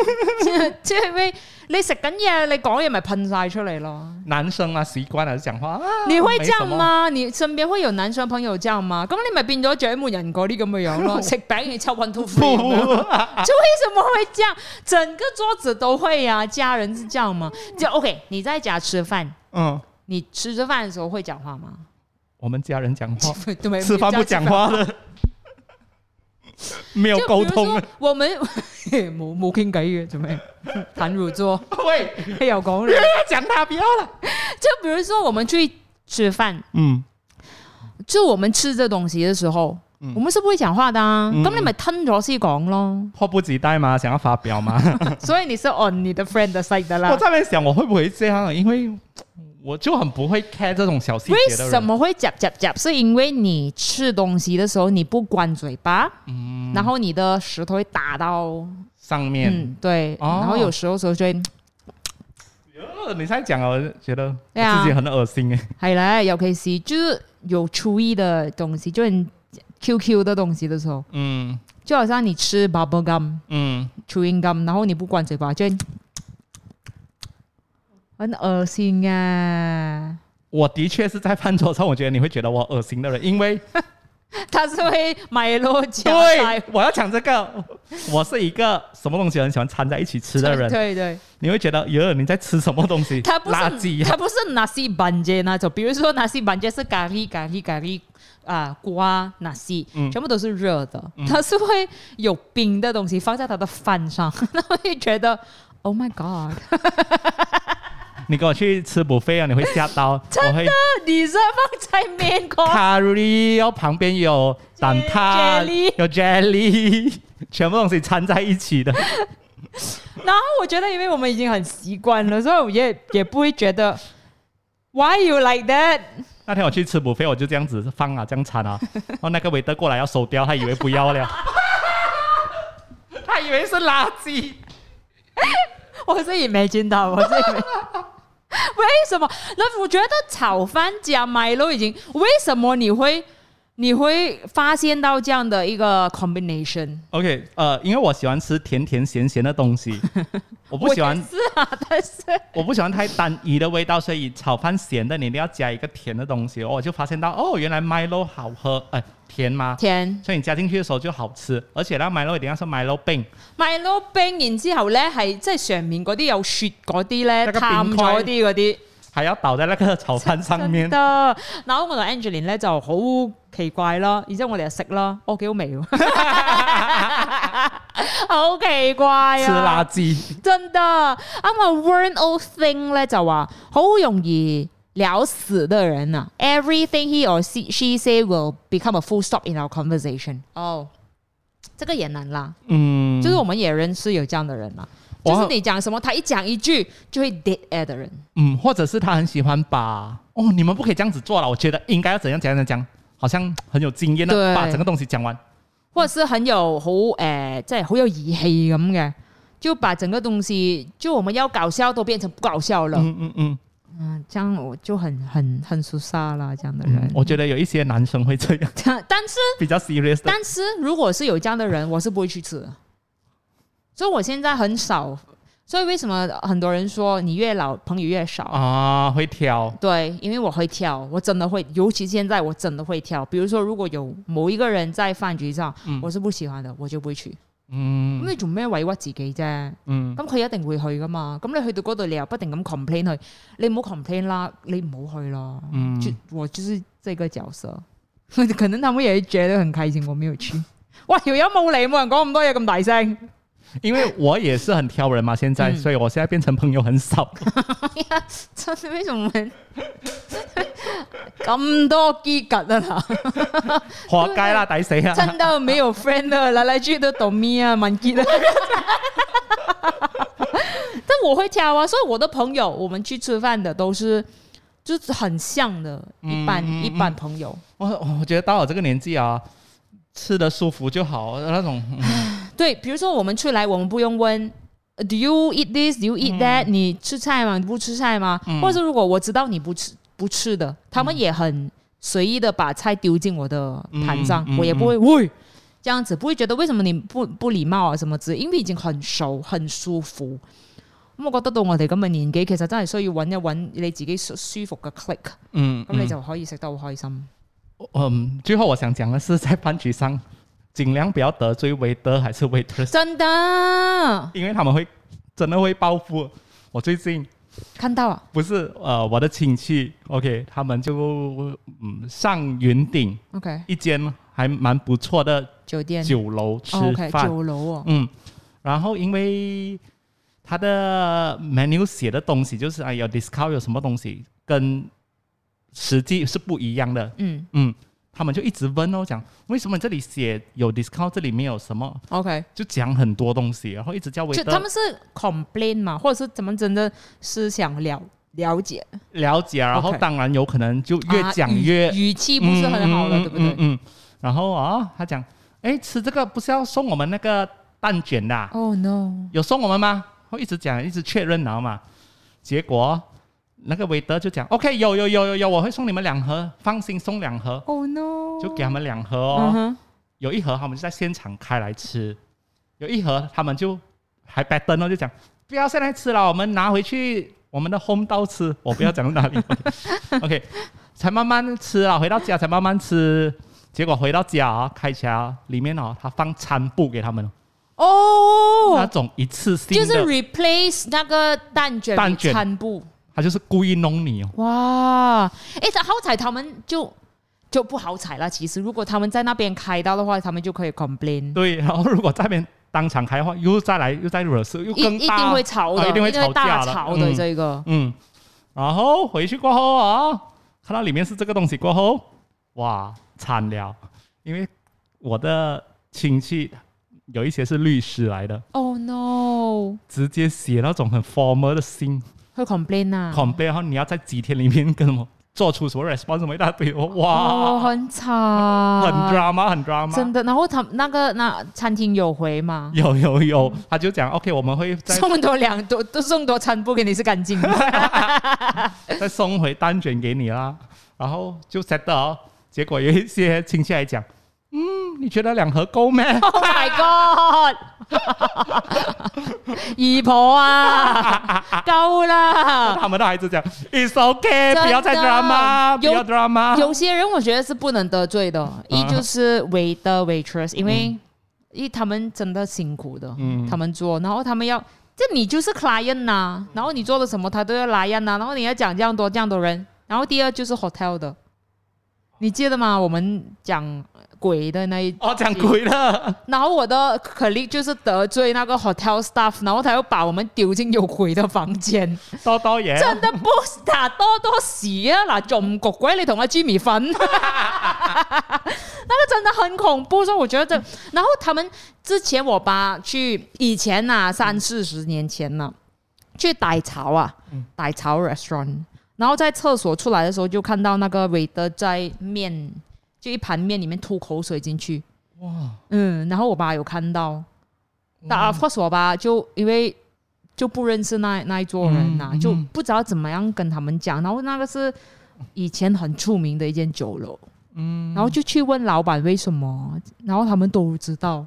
[SPEAKER 2] 即係咩？你食緊嘢，你講嘢咪噴晒出嚟咯。
[SPEAKER 1] 男生啊习慣了讲话啊，
[SPEAKER 2] 你會
[SPEAKER 1] 没什
[SPEAKER 2] 這樣
[SPEAKER 1] 么？
[SPEAKER 2] 嗎？你身邊會有男生朋友這樣嗎？咁你咪變咗掌門人嗰啲咁嘅樣
[SPEAKER 1] 哦
[SPEAKER 2] 咯，食餅你抽 one two three 咁樣就為什麼會這樣？整個桌子都會啊，家人是這樣嗎？就 OK，你在家吃飯，
[SPEAKER 1] 嗯，
[SPEAKER 2] 你吃着飯的時候會講話嗎？
[SPEAKER 1] 我们家人讲 话，
[SPEAKER 2] 對咪
[SPEAKER 1] 哦吃饭不讲话的，没有
[SPEAKER 2] 就比
[SPEAKER 1] 沟
[SPEAKER 2] 如
[SPEAKER 1] 通
[SPEAKER 2] 說
[SPEAKER 1] 的。
[SPEAKER 2] 我 們冇冇傾偈嘅做咩？坦如桌，
[SPEAKER 1] 喂，
[SPEAKER 2] 你 又講你。
[SPEAKER 1] 他 讲他不要了。
[SPEAKER 2] 就比如说我们去吃饭，
[SPEAKER 1] 嗯，
[SPEAKER 2] 就我们吃这东西的时候，
[SPEAKER 1] 嗯
[SPEAKER 2] 我们是不会讲话的啊。
[SPEAKER 1] 嗯
[SPEAKER 2] 咁、你咪吞咗先讲 咯。
[SPEAKER 1] 迫不及待嘛，想要发表嘛。
[SPEAKER 2] 所以你是 on 你的 friend 的 side 的
[SPEAKER 1] 我
[SPEAKER 2] 啦。
[SPEAKER 1] 在那边想，我会不会这样？因为我就很不会 care 这种小细
[SPEAKER 2] 为
[SPEAKER 1] 节的
[SPEAKER 2] 什
[SPEAKER 1] 人。
[SPEAKER 2] 么会夹夹夹？是因为你吃东西的时候你不关嘴巴，然后你的舌头会打到，
[SPEAKER 1] 上嗯面，
[SPEAKER 2] 嗯，对，
[SPEAKER 1] 哦
[SPEAKER 2] 然后有时候时候就会
[SPEAKER 1] 呃你现在讲了，我就觉得
[SPEAKER 2] 对啊
[SPEAKER 1] 我自己很恶心哎。
[SPEAKER 2] 系啦，尤其是就是有厨艺的东西，就是你 QQ 的东西的时候，
[SPEAKER 1] 嗯
[SPEAKER 2] 就好像你吃 bubble gum。
[SPEAKER 1] 嗯，
[SPEAKER 2] chewing gum，然后你不关嘴巴，就会很恶心啊！
[SPEAKER 1] 我的确是在饭桌上，我觉得你会觉得我恶心的人，因为
[SPEAKER 2] 他是会买落脚
[SPEAKER 1] 对，我要讲这个，我是一个什么东西很喜欢掺在一起吃的人，
[SPEAKER 2] 对对，
[SPEAKER 1] 你会觉得，哟，你在吃什么东西？
[SPEAKER 2] 他不
[SPEAKER 1] 垃
[SPEAKER 2] 是
[SPEAKER 1] 圾
[SPEAKER 2] 他
[SPEAKER 1] 啊！
[SPEAKER 2] 不是拿西板街那种，比如说拿西板街是咖喱咖喱咖喱啊瓜拿西，
[SPEAKER 1] 嗯
[SPEAKER 2] 全部都是热的，他是会有冰的东西放在他的饭 上，他会觉得 Oh my God！
[SPEAKER 1] 你跟我去吃补费啊，你会吓到，我会。
[SPEAKER 2] 哦你是放在面孔，
[SPEAKER 1] 卡路里，然后哦旁边有蛋挞
[SPEAKER 2] Jelly，
[SPEAKER 1] 有 jelly，全部东西掺在一起的。
[SPEAKER 2] 然后我觉得，因为我们已经很习惯了，所以我也也不会觉得 Why you like that？
[SPEAKER 1] 那天我去吃补费，我就这样子放啊，这样 掺啊，然后那个韦德过来要收掉，他以为不要了，他以为是垃圾。
[SPEAKER 2] 我自己没见到，我自己没。 为什么？那我觉得炒饭加麦都已经，为什么你会你会发现到这样的一个 combination？
[SPEAKER 1] OK，呃，因为我喜欢吃甜甜咸咸的东 西，我不喜欢
[SPEAKER 2] 我也是啊，但是
[SPEAKER 1] 我不喜欢太单一的味道，所以炒饭咸的你一定要加一个甜的东西。我就发现到哦，原来 Milo 好喝，哎、甜吗？
[SPEAKER 2] 甜
[SPEAKER 1] 所以你加进去的时候就好吃，而且那 Milo 一定要是 Milo 冰。
[SPEAKER 2] 麥撈冰，然之後咧係即係上面嗰啲有雪嗰啲
[SPEAKER 1] 那
[SPEAKER 2] 咧，
[SPEAKER 1] 個
[SPEAKER 2] 淡
[SPEAKER 1] 冰
[SPEAKER 2] 咗
[SPEAKER 1] 塊
[SPEAKER 2] 啲嗰啲。
[SPEAKER 1] 还要倒在那个炒饭上面
[SPEAKER 2] 真。的，然後我同 Angeline 咧就好奇怪啦，然之後我哋就食啦，哦幾好味喎， 好奇怪
[SPEAKER 1] 吃
[SPEAKER 2] 啊！
[SPEAKER 1] 垃圾，
[SPEAKER 2] 真的，啱我 Warren O Thing 咧就話好容易了死的人啊，everything he or she she say will become a full stop in our conversation。哦，這個也難啦，
[SPEAKER 1] 嗯，
[SPEAKER 2] 就是我們也認識有這樣的人啦，
[SPEAKER 1] 我
[SPEAKER 2] 就是你講什麼，他一講一句就會 dead air 的人。
[SPEAKER 1] 嗯，或者是他很喜欢把哦，你们不可以这样子做了，我觉得应该要怎样怎样怎样，好像很有经验
[SPEAKER 2] 对
[SPEAKER 1] 的把整个东西讲完。
[SPEAKER 2] 或者是很有好誒、呃即係好有義氣咁嘅，就把整個東西，就我們要搞笑都變成不搞笑了。嗯，啊
[SPEAKER 1] 嗯嗯嗯
[SPEAKER 2] 這樣我就很很很疏沙啦，這樣的人
[SPEAKER 1] 嗯，。我觉得有一些男生会这样，
[SPEAKER 2] 但是
[SPEAKER 1] 比较 serious 的。
[SPEAKER 2] 但是如果是有這樣的人，我是不會去吃的。所以我現在很少，所以為什麼很多人說你越老朋友越少？
[SPEAKER 1] 啊，会挑，
[SPEAKER 2] 对，因为我会挑，我真的会，尤其现在我真的会挑。比如说，如果有某一个人在饭局上，
[SPEAKER 1] 嗯
[SPEAKER 2] 我是不喜欢的，我就不会去。咁
[SPEAKER 1] 嗯
[SPEAKER 2] 你做咩委屈自己啫？
[SPEAKER 1] 嗯，
[SPEAKER 2] 咁佢一定會去噶嘛？咁你去到嗰度，你又不停咁 complain 佢，你唔好 complain 啦，你唔好去啦。
[SPEAKER 1] 嗯
[SPEAKER 2] 就我就是這個角色， 可能他們也覺得很開心，我沒有去。 哇！條友冇嚟，冇人講咁多嘢咁大聲，
[SPEAKER 1] 因为我也是很挑人嘛，现在，
[SPEAKER 2] 嗯
[SPEAKER 1] 所以我现在变成朋友很 少。
[SPEAKER 2] 真係咩仲問咁多機格啊！
[SPEAKER 1] 活该啦，抵死啊！
[SPEAKER 2] 真的没有 friend 的，来来去都懂咪啊，蛮 g 的。但我会挑啊，所以我的朋友，我们去吃饭的都是就是很像的，一般、
[SPEAKER 1] 嗯嗯嗯
[SPEAKER 2] 一般朋友。
[SPEAKER 1] 我我觉得到我这个年纪啊，吃的舒服就好，那种嗯
[SPEAKER 2] 对，比如说我们出来，我们不用问。呃 Do you eat this? Do you eat that？、你吃菜吗？你不吃菜吗？
[SPEAKER 1] 嗯
[SPEAKER 2] 或者如果我知道你不吃不吃的，他们也很随意的把菜丢进我的盘上，
[SPEAKER 1] 嗯嗯
[SPEAKER 2] 我也不会喂这样子，不会觉得为什么你不不礼貌啊什么之类，因为已经很熟很舒服。咁我覺得到我哋咁嘅年紀，其實真係需要揾一揾你自己舒舒服嘅 click，咁
[SPEAKER 1] 嗯，
[SPEAKER 2] 你就可以食得好開心。
[SPEAKER 1] 嗯，最后我想讲的是，在饭局上尽量不要得罪 waiter 还是 waitress，
[SPEAKER 2] 真的，
[SPEAKER 1] 因为他们会真的会报复。我最近
[SPEAKER 2] 看到啊，
[SPEAKER 1] 不是呃，我的亲戚 OK，他们就嗯上云顶
[SPEAKER 2] OK，
[SPEAKER 1] 一间还蛮不错的
[SPEAKER 2] 酒店
[SPEAKER 1] 酒楼吃
[SPEAKER 2] 哦，OK，
[SPEAKER 1] 饭，
[SPEAKER 2] 酒樓哦，
[SPEAKER 1] 嗯，然后因为他的 menu 写的东西就是哎有 discount 有什么东西跟实际是不一样的，
[SPEAKER 2] 嗯
[SPEAKER 1] 嗯，他们就一直问哦，讲为什么这里写有 discount，这里没有什么，
[SPEAKER 2] ，OK。
[SPEAKER 1] 就讲很多东西，然后一直叫 w
[SPEAKER 2] 就
[SPEAKER 1] a
[SPEAKER 2] 他
[SPEAKER 1] i
[SPEAKER 2] 们是 complain 嘛，或者是怎么真的是想了了解，
[SPEAKER 1] 了解，然后
[SPEAKER 2] OK
[SPEAKER 1] 当然有可能就越
[SPEAKER 2] 啊
[SPEAKER 1] 讲
[SPEAKER 2] 语
[SPEAKER 1] 越、
[SPEAKER 2] 语气不是很好了，对不
[SPEAKER 1] 嗯嗯
[SPEAKER 2] 对？
[SPEAKER 1] 嗯然后啊，他讲，哎，吃这个不是要送我们那个蛋卷的啊、
[SPEAKER 2] Oh no！
[SPEAKER 1] 有送我们吗？我一直讲，一直确认，然后嘛，结果那个韦德就讲，OK，有有有有有，我会送你们两盒，放心，送两盒，
[SPEAKER 2] Oh no！
[SPEAKER 1] 就给他们两盒哦。
[SPEAKER 2] 嗯哼
[SPEAKER 1] 有一盒他们就在现场开来吃，有一盒他们就还拜登了，就讲不要现在吃了，我们拿回去我们的 home 道吃。我不要讲到 哪里，OK，才慢慢吃啊，回到家才慢慢吃。结果回到家啊，开家里面哦，他放餐布给他们，那
[SPEAKER 2] 哦，
[SPEAKER 1] 种一次性
[SPEAKER 2] 就是
[SPEAKER 1] 的，
[SPEAKER 2] replace 那个蛋卷
[SPEAKER 1] 蛋
[SPEAKER 2] 为
[SPEAKER 1] 卷
[SPEAKER 2] 餐布。
[SPEAKER 1] 他就是故意弄你哦。
[SPEAKER 2] 哇！哎，但好彩他们就就不好彩了。其实如果他们在那边开刀的话，他们就可以 complain，
[SPEAKER 1] 对，然后如果在那边当场开的话，又再来又再惹事，又
[SPEAKER 2] 一
[SPEAKER 1] 更
[SPEAKER 2] 一
[SPEAKER 1] 大，
[SPEAKER 2] 定会吵的，
[SPEAKER 1] 啊一定会吵架
[SPEAKER 2] 大
[SPEAKER 1] 了
[SPEAKER 2] 吵的
[SPEAKER 1] 嗯
[SPEAKER 2] 这个。
[SPEAKER 1] 嗯，然后回去过后啊，看到里面是这个东西过后，哇，惨了，因为我的亲戚有一些是律师来的，
[SPEAKER 2] Oh no！
[SPEAKER 1] 直接写那种很 formal 的信
[SPEAKER 2] 去 complain 啊！
[SPEAKER 1] ，complain，然后你要在几天里面跟我做出什么 response 什么一大堆，我
[SPEAKER 2] 哦，
[SPEAKER 1] 哇，
[SPEAKER 2] 很惨，
[SPEAKER 1] 很 drama，很 drama，
[SPEAKER 2] 真的。然后他那个那餐厅有回吗？
[SPEAKER 1] 有有有，他就讲 OK，我们会再
[SPEAKER 2] 送多两多都送多餐布给你是干 净的，
[SPEAKER 1] 再送回单卷给你啦。然后就 set 到，结果有一些亲戚还讲，嗯，你觉得两盒够咩？
[SPEAKER 2] Oh my god！姨婆啊， 够啦！
[SPEAKER 1] 他们的孩子讲，It's okay，
[SPEAKER 2] 真的
[SPEAKER 1] 不要再 drama，不
[SPEAKER 2] 有
[SPEAKER 1] 要 drama。
[SPEAKER 2] 有些人我觉得是不能得罪的，一就是为的 waitress，因为因为他们真的辛苦的，
[SPEAKER 1] 嗯
[SPEAKER 2] 他们做，然后他们要。这你就是 client 呐、然后你做的什么他都要来呀呐，然后你要讲这样多这样多人，然后第二就是 hotel 的，你记得吗？我们讲鬼的那一，
[SPEAKER 1] 哦，讲鬼 了，
[SPEAKER 2] 然后我的 colleague 就是得罪那个 hotel staff，然后他又把我们丢进有鬼的房間。
[SPEAKER 1] 多多嘢，
[SPEAKER 2] 真得 boost 啊，多多事啊！嗱，仲唔焗鬼？你同阿 Jimmy 瞓，那个真的很恐怖。所以我觉得这，然后他们之前我爸去以前呐、啊，三四十年前呐、去傣潮啊，傣潮 restaurant，然后在厕所出来的时候就看到那个 waiter 在面就一盘面里面吐口水进去，
[SPEAKER 1] 哇！
[SPEAKER 2] 嗯，然后我爸有看到，但 of course 我爸就因为就不认识那那一桌人呐、
[SPEAKER 1] 嗯
[SPEAKER 2] 就
[SPEAKER 1] 嗯
[SPEAKER 2] 不知道怎么样跟他们讲。然后那个是以前很出名的一间酒楼，
[SPEAKER 1] 嗯
[SPEAKER 2] 然后就去问老板为什么，然后他们都知道，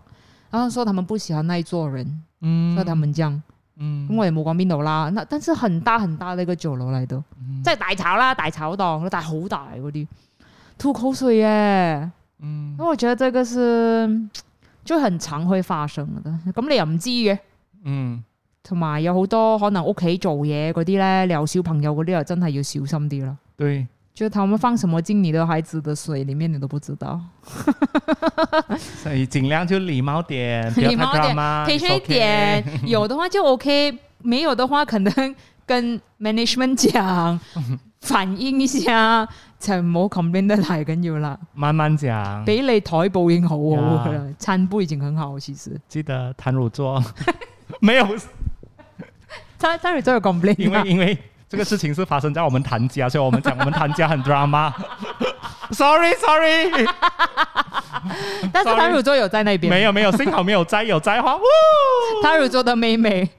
[SPEAKER 2] 然后说他们不喜欢那一桌人，
[SPEAKER 1] 嗯
[SPEAKER 2] 所以他们这样。
[SPEAKER 1] 嗯
[SPEAKER 2] 咁我哋冇講邊度啦，那但是很大很大的一個酒樓嚟到，
[SPEAKER 1] 嗯
[SPEAKER 2] 即係大炒啦，大炒檔，但係好大嗰啲，吐口水耶。
[SPEAKER 1] 嗯
[SPEAKER 2] 咁我覺得這個是就很常會發生嘅，咁你又唔知嘅，
[SPEAKER 1] 嗯
[SPEAKER 2] 同埋有好多可能屋企做嘢嗰啲咧，你有小朋友嗰啲又真係要小心啲啦。
[SPEAKER 1] 对，
[SPEAKER 2] 就他們放什麼進你的孩子的水裡面，你都不知道。
[SPEAKER 1] 所以尽量就礼貌 点，不要
[SPEAKER 2] 礼貌
[SPEAKER 1] 太
[SPEAKER 2] 点
[SPEAKER 1] drama，
[SPEAKER 2] 培
[SPEAKER 1] it's
[SPEAKER 2] 训一
[SPEAKER 1] okay
[SPEAKER 2] 点， 有的话就 OK，没有的话可能 跟 management 讲，反映一下，就唔好 complain 得太緊要啦。
[SPEAKER 1] 慢慢讲，
[SPEAKER 2] 俾你台布已經好好噶啦
[SPEAKER 1] 呀，
[SPEAKER 2] 餐布已經很好，其實。
[SPEAKER 1] 记得谈乳座， 没有，
[SPEAKER 2] 餐餐你真係 complain，
[SPEAKER 1] 因
[SPEAKER 2] 啊
[SPEAKER 1] 为因为这个事情是发生在我们谭家，所以我们讲我们谭家很 drama。Sorry Sorry，
[SPEAKER 2] 但是
[SPEAKER 1] sorry
[SPEAKER 2] 他乳座有在那邊，
[SPEAKER 1] 没有没有，幸好没有摘，有摘花，呜，
[SPEAKER 2] 他乳座的妹妹。